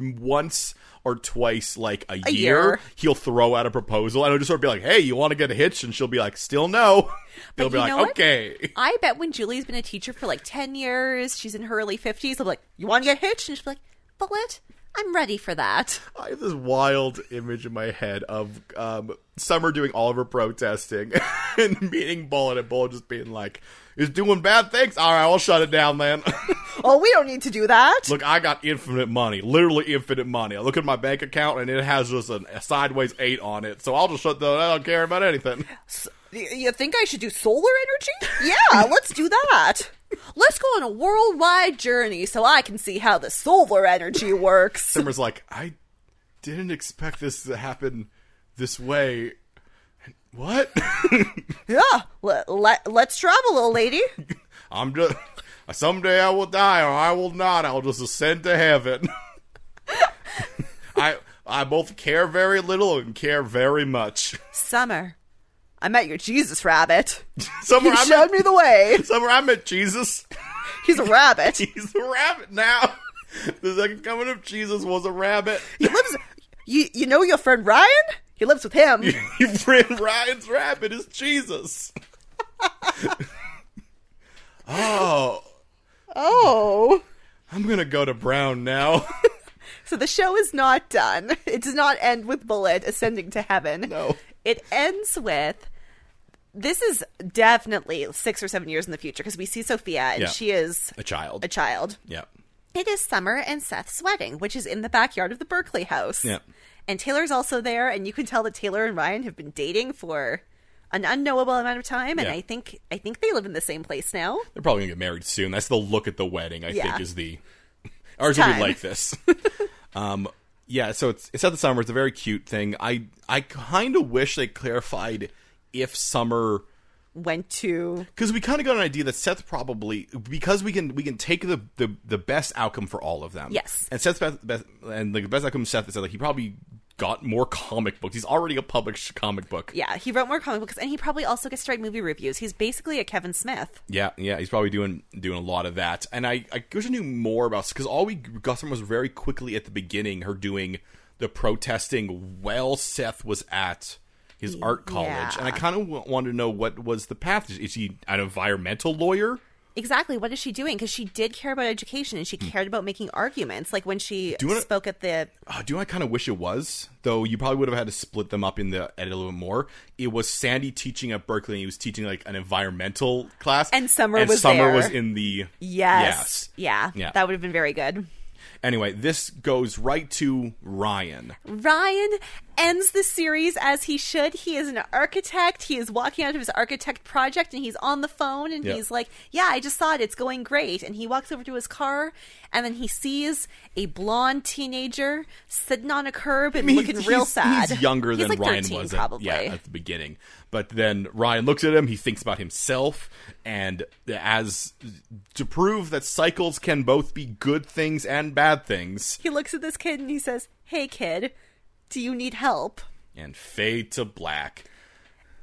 once or twice like a, year, year. he'll throw out a proposal and it'll just sort of be like, "Hey, you want to get hitched?" and she'll be like, "Still no." They'll But be you like, know what? "Okay." I bet when Julie's been a teacher for like ten years, she's in her early fifties. I'm like, you want to get hitched? And she's like, bullet. I'm ready for that. I have this wild image in my head of um, Summer doing all of her protesting and meeting Bullet and Bullet just being like, "Is doing bad things? All right, I'll shut it down then." Oh, we don't need to do that. Look, I got infinite money, literally infinite money. I look at my bank account and it has just an, a sideways eight on it, so I'll just shut down. I don't care about anything. Y- You think I should do solar energy? Yeah, let's do that. Let's go on a worldwide journey so I can see how the solar energy works. Summer's like, I didn't expect this to happen this way. What? Yeah, let, let, let's travel, little lady. I'm just. Someday I will die, or I will not. I'll just ascend to heaven. I I both care very little and care very much. Summer, I met your Jesus rabbit. Somewhere He I showed met, me the way. somewhere I met Jesus. He's a rabbit. He's a rabbit now. The second coming of Jesus was a rabbit. He lives. You you know your friend Ryan? He lives with him. Your friend Ryan's rabbit is Jesus. oh, Oh. I'm gonna go to Brown now. So the show is not done. It does not end with Bullet ascending to heaven. No. It ends with this is definitely six or seven years in the future because we see Sophia and Yeah. she is a child. a child. Yep. It is Summer and Seth's wedding, which is in the backyard of the Berkeley house. Yeah. And Taylor's also there, and you can tell that Taylor and Ryan have been dating for an unknowable amount of time, and Yeah. I think I think they live in the same place now. They're probably gonna get married soon. That's the look at the wedding. I Yeah. think is the. Ours will be time. like this. um, yeah. So it's it's at the summer. It's a very cute thing. I I kind of wish they clarified if summer Went to because we kind of got an idea that Seth probably because we can we can take the the, the best outcome for all of them. Yes. and Seth's best, best and the best outcome Seth is that he probably got more comic books. He's already a published comic book. Yeah, he wrote more comic books, and he probably also gets to write movie reviews. He's basically a Kevin Smith. Yeah, yeah, he's probably doing doing a lot of that. And I, I wish I knew more about because all we got from was very quickly at the beginning her doing the protesting while Seth was at his art college, and I yeah. kind of w- wanted to know what was the path. Is- Is he an environmental lawyer? Exactly. What is she doing? Because she did care about education, and she cared about making arguments. Like when she Hmm. you wanna- spoke at the Uh, do you know, I kind of wish it was, though. You probably would have had to split them up in the edit a little bit more. It was Sandy teaching at Berkeley, and he was teaching like an environmental class, And Summer was Summer there. was in the yes, yeah, Yeah. that would have been very good. Anyway, this goes right to Ryan. Ryan ends the series as he should. He is an architect. He is walking out of his architect project and he's on the phone and Yeah. he's like, Yeah, I just saw it. It's going great. And he walks over to his car and then he sees a blonde teenager sitting on a curb and He's- looking real he's- sad. He's younger He's than like Ryan 13 was, at, probably. yeah, at the beginning. But then Ryan looks at him. He thinks about himself, and as to prove that cycles can both be good things and bad things. He looks at this kid and he says, Hey, kid, do you need help? And fade to black.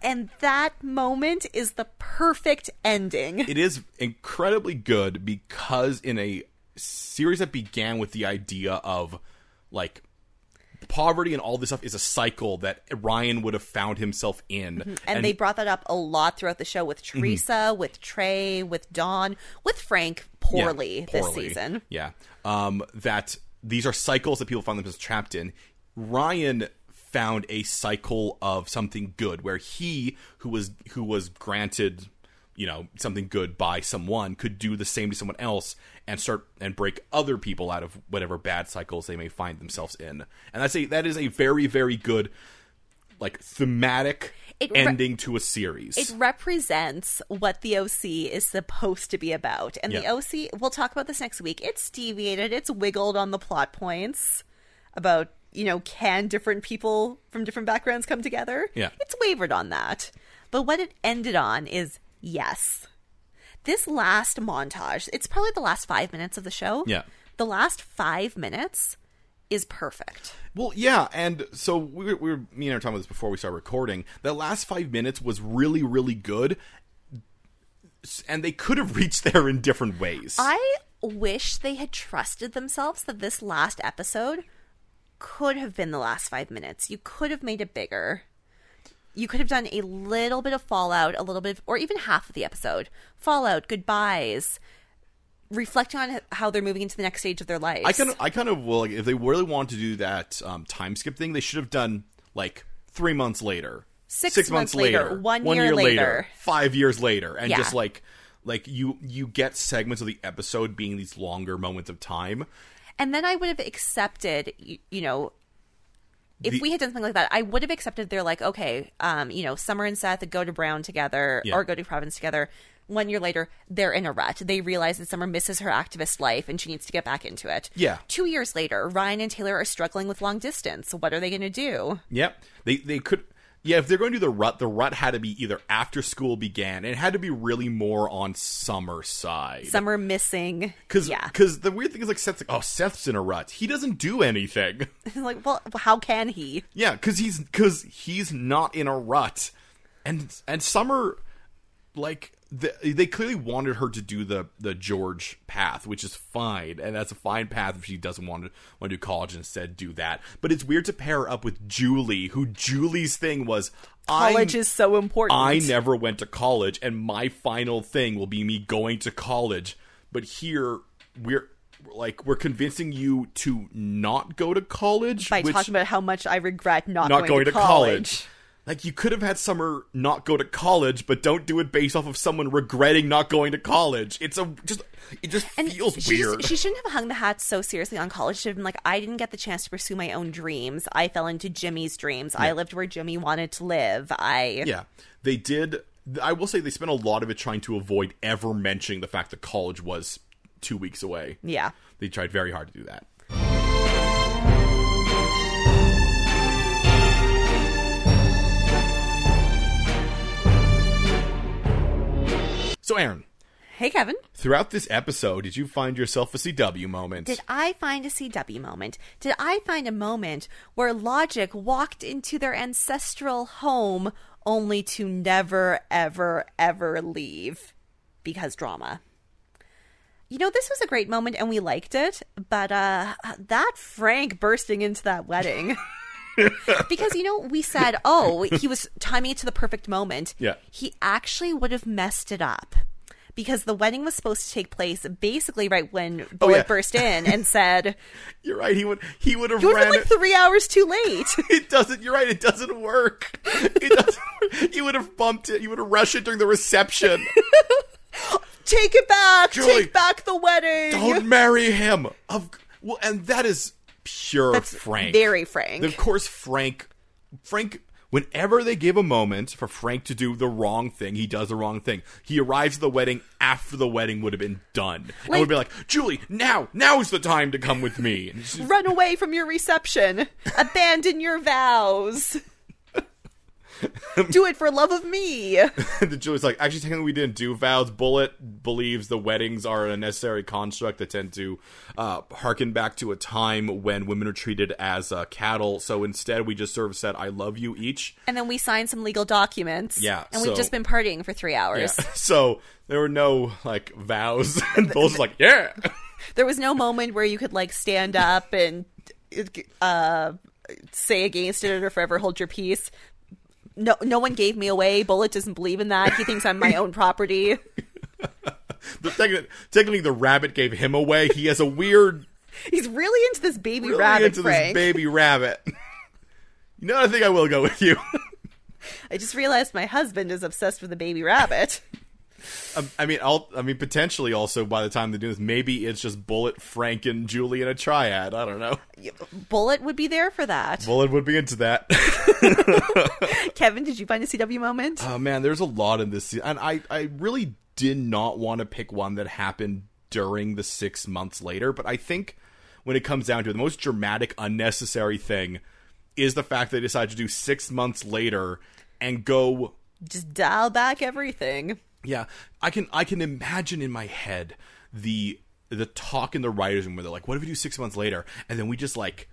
And that moment is the perfect ending. it is incredibly good because in a series that began with the idea of like poverty and all this stuff is a cycle that Ryan would have found himself in. Mm-hmm. and, they brought that up a lot throughout the show with Mm-hmm. Teresa, with Trey, with Dawn, with Frank yeah, poorly, this poorly. season. Yeah. Um that these are cycles that people find themselves trapped in. Ryan found a cycle of something good where he who was who was granted you know something good by someone could do the same to someone else and start and break other people out of whatever bad cycles they may find themselves in and that's a that is a very very good like thematic It re- ending to a series It represents what the OC is supposed to be about. And Yeah. the OC, we'll talk about this next week. It's deviated, it's wiggled on the plot points about, you know, can different people from different backgrounds come together? Yeah. It's wavered on that. But what it ended on is yes. This last montage, it's probably the last five minutes of the show. Yeah. The last five minutes is perfect. Well, yeah, and so we were, we were me and I were talking about this before we started recording. That last five minutes was really, really good, S- and they could have reached there in different ways. I wish they had trusted themselves that this last episode could have been the last five minutes. You could have made it bigger. You could have done a little bit of fallout, a little bit, of, or even half of the episode. Fallout, goodbyes, reflecting on how they're moving into the next stage of their lives. I kind of, I kind of will. Like, if they really wanted to do that um, time skip thing, they should have done like three months later, Six months later, one year later. five years later, and Yeah. just like like you you get segments of the episode being these longer moments of time. And then I would have accepted, you, you know, if The- we had done something like that, I would have accepted they're like, okay, um, you know, Summer and Seth go to Brown together Yeah. or go to Providence together. One year later, they're in a rut. They realize that Summer misses her activist life and she needs to get back into it. Yeah. Two years later, Ryan and Taylor are struggling with long distance. What are they going to do? Yep. They they could yeah, if they're going to do the rut, the rut had to be either after school began and it had to be really more on summer side. Summer missing. Cuz yeah. the weird thing is like Seth's like, "Oh, Seth's in a rut. He doesn't do anything." like, well, how can he? yeah, cuz he's cuz he's not in a rut. And and summer like the, they clearly wanted her to do the the George path, which is fine, and that's a fine path if she doesn't want to want to do college and instead do that. But it's weird to pair her up with Julie, who Julie's thing was I'm- College is so important. I never went to college, and my final thing will be me going to college. But here, we're like we're convincing you to not go to college By which- talking about how much I regret not, not going, going, to, college. Like you could have had Summer not go to college, but don't do it based off of someone regretting not going to college. It's a just it just feels she just- weird. she shouldn't have hung the hat so seriously on college. She would have been like, I didn't get the chance to pursue my own dreams. I fell into Jimmy's dreams. I lived where Jimmy wanted to live. I yeah, they did. I will say they spent a lot of it trying to avoid ever mentioning the fact that college was two weeks away. Yeah. They tried very hard to do that. So, Aaron, Hey, Kevin. Throughout this episode, did you find yourself a CW moment? Did I find a CW moment? Did I find a moment where logic walked into their ancestral home only to never, ever, ever leave? Because drama. You know, this was a great moment and we liked it, but uh, that Frank bursting into that wedding. because, you know, we said, oh, he was timing it to the perfect moment. Yeah. He actually would have messed it up because the wedding was supposed to take place basically right when Boyd Oh, yeah. burst in and said, You're right. He would he would have You would have ran been like it. three hours too late. It doesn't. You're right. It doesn't work. It doesn't. work. You would have bumped it. You would have rushed it during the reception. take it back. Julie, take back the wedding. Don't marry him. Of well, and that is pure That's Frank. Very Frank. Of course, Frank. Frank. Whenever they give a moment for Frank to do the wrong thing, he does the wrong thing. He arrives at the wedding after the wedding would have been done. and would be like, Julie, now, now's the time to come with me. And she's- Run away from your reception. Abandon your vows. Do it for love of me. the Julie's like, actually, technically, we didn't do vows. Bullet believes the weddings are a necessary construct that tend to uh, harken back to a time when women are treated as uh, cattle. So instead, we just sort of said, "I love you" each. And then we signed some legal documents. Yeah, And so- we've just been partying for three hours. So there were no like vows, and Bullet's like, "Yeah." There was no moment where you could like stand up and uh, say against it or forever hold your peace. No, no one gave me away. Bullet doesn't believe in that. He thinks I'm my own property. But technically, technically, the rabbit gave him away. He has a weird He's really into this baby really rabbit, into this Frank. baby rabbit. you know, I think I will go with you. I just realized my husband is obsessed with the baby rabbit. Um, I mean, I'll, I mean, potentially also by the time they do this, maybe it's just Bullet, Frank, and Julie in a triad. I don't know. Bullet would be there for that. Bullet would be into that. Kevin, did you find a CW moment? oh man, there's a lot in this, se- and I, I really did not want to pick one that happened during the six months later. But I think when it comes down to it, the most dramatic, unnecessary thing is the fact they decide to do six months later and go just dial back everything. Yeah, I can I can imagine in my head the the talk in the writers room where they're like, "What if we do six months later?" And then we just like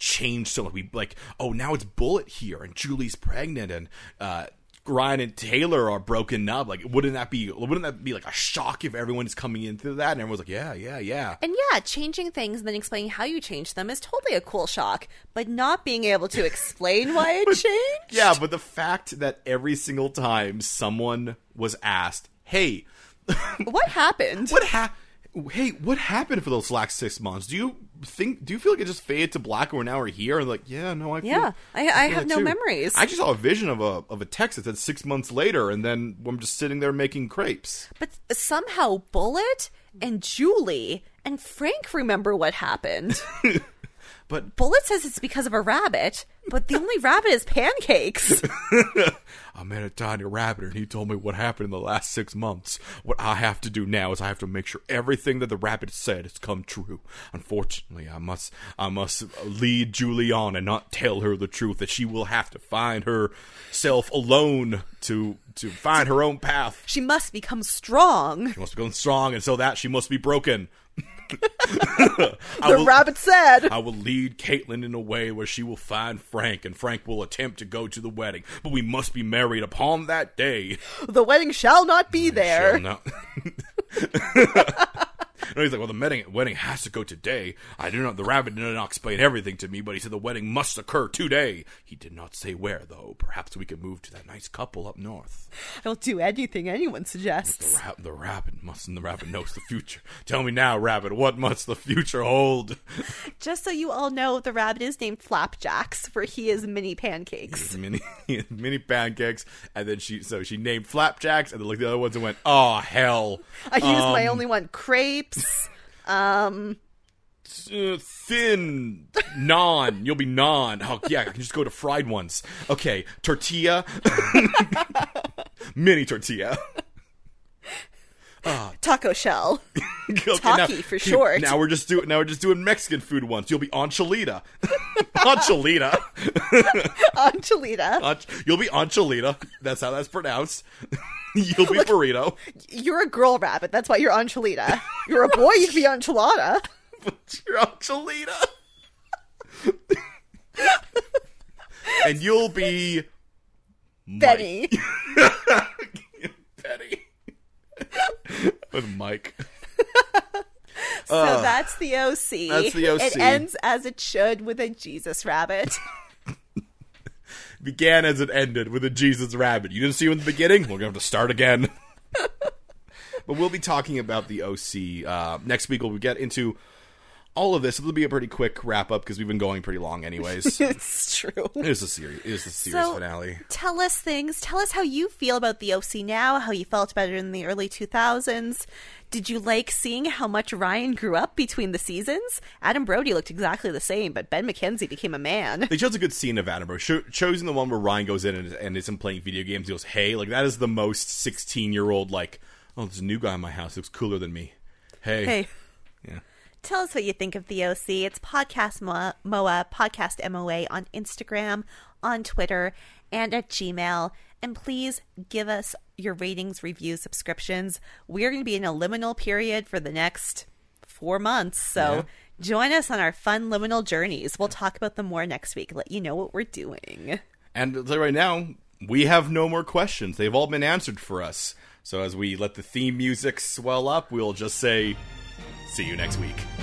change so much. We like, oh, now it's Bullet here, and Julie's pregnant, and uh, Ryan and Taylor are broken up. Like, wouldn't that be wouldn't that be like a shock if everyone is coming into that and everyone's like, "Yeah, yeah, yeah." And yeah, changing things and then explaining how you change them is totally a cool shock, but not being able to explain why it changed. Yeah, but the fact that every single time someone was asked, "Hey, What happened? What ha? Hey, what happened for those last six months? Do you think? Do you feel like it just faded to black? And we're now we're here, and like, yeah, no, I feel, Yeah, I- I feel have it no too. memories. I just saw a vision of a of a text that said six months later, and then I'm just sitting there making crepes. But somehow Bullet and Julie and Frank remember what happened. But Bullet says it's because of a rabbit, but the only rabbit is pancakes. I met a tiny rabbit, and he told me what happened in the last six months. What I have to do now is I have to make sure everything that the rabbit said has come true. Unfortunately, I must I must lead Julie on and not tell her the truth that she will have to find herself alone to to find her own path. She must become strong. She must become strong, and so that she must be broken. I The will- rabbit said. I will lead Caitlin in a way where she will find Frank, and Frank will attempt to go to the wedding, but we must be married upon that day. The wedding shall not be Shall there. not- And he's like, well, the wedding, wedding has to go today. I do not. The rabbit did not explain everything to me, but he said the wedding must occur today. He did not say where, though. Perhaps we could move to that nice couple up north. I will do anything anyone The, suggests. ra- the rabbit must, and the rabbit knows the future. Tell me now, rabbit, what must the future hold? Just so you all know, the rabbit is named Flapjacks, for he is mini pancakes. mini, mini pancakes, and then she, so she named flapjacks, and then looked at the other ones and went, oh hell, I used my only one crepes. Um, uh, thin non. You'll be non. Oh yeah, I can just go to fried ones. Okay, tortilla, mini tortilla. taco shell. Okay, Taki for short. Now we're just doing. Now we're just doing Mexican food ones. You'll be enchilada, enchilada. Ancholita. Ench- You'll be enchilada. That's how that's pronounced. You'll be burrito. You're a girl rabbit. That's why you're Angelita. You're a boy. You'd be Angelada. But you're Angelita. and you'll be Benny. Betty. With Mike. So that's the OC. That's the OC. It ends as it should with a Jesus rabbit. Began as it ended with a Jesus rabbit. You didn't see him in the beginning? We're going to have to start again. but we'll be talking about the OC uh, next week. We'll get into all of this. It'll be a pretty quick wrap up because we've been going pretty long, anyways. it it's true. is the series. It is the series So- finale. Tell us things. Tell us how you feel about the OC now, how you felt about it in the early 2000s. Did you like seeing how much Ryan grew up between the seasons? Adam Brody looked exactly the same, but Ben McKenzie became a man. They chose a good scene of Attenborough. Cho- chosen the one where Ryan goes in and, and isn't playing video games. He goes, "Hey, like that is the most sixteen-year-old like, oh, there's a new guy in my house looks cooler than me. Hey, Hey. Yeah. Tell us what you think of the OC. It's podcast Moa, MOA, podcast MOA on Instagram, on Twitter, and at Gmail. And please give us your ratings, reviews, subscriptions. We're going to be in a liminal period for the next four months. So Yeah. join us on our fun liminal journeys. We'll talk about them more next week, let you know what we're doing. And I'll tell you right now, we have no more questions. They've all been answered for us. So as we let the theme music swell up, we'll just say, see you next week.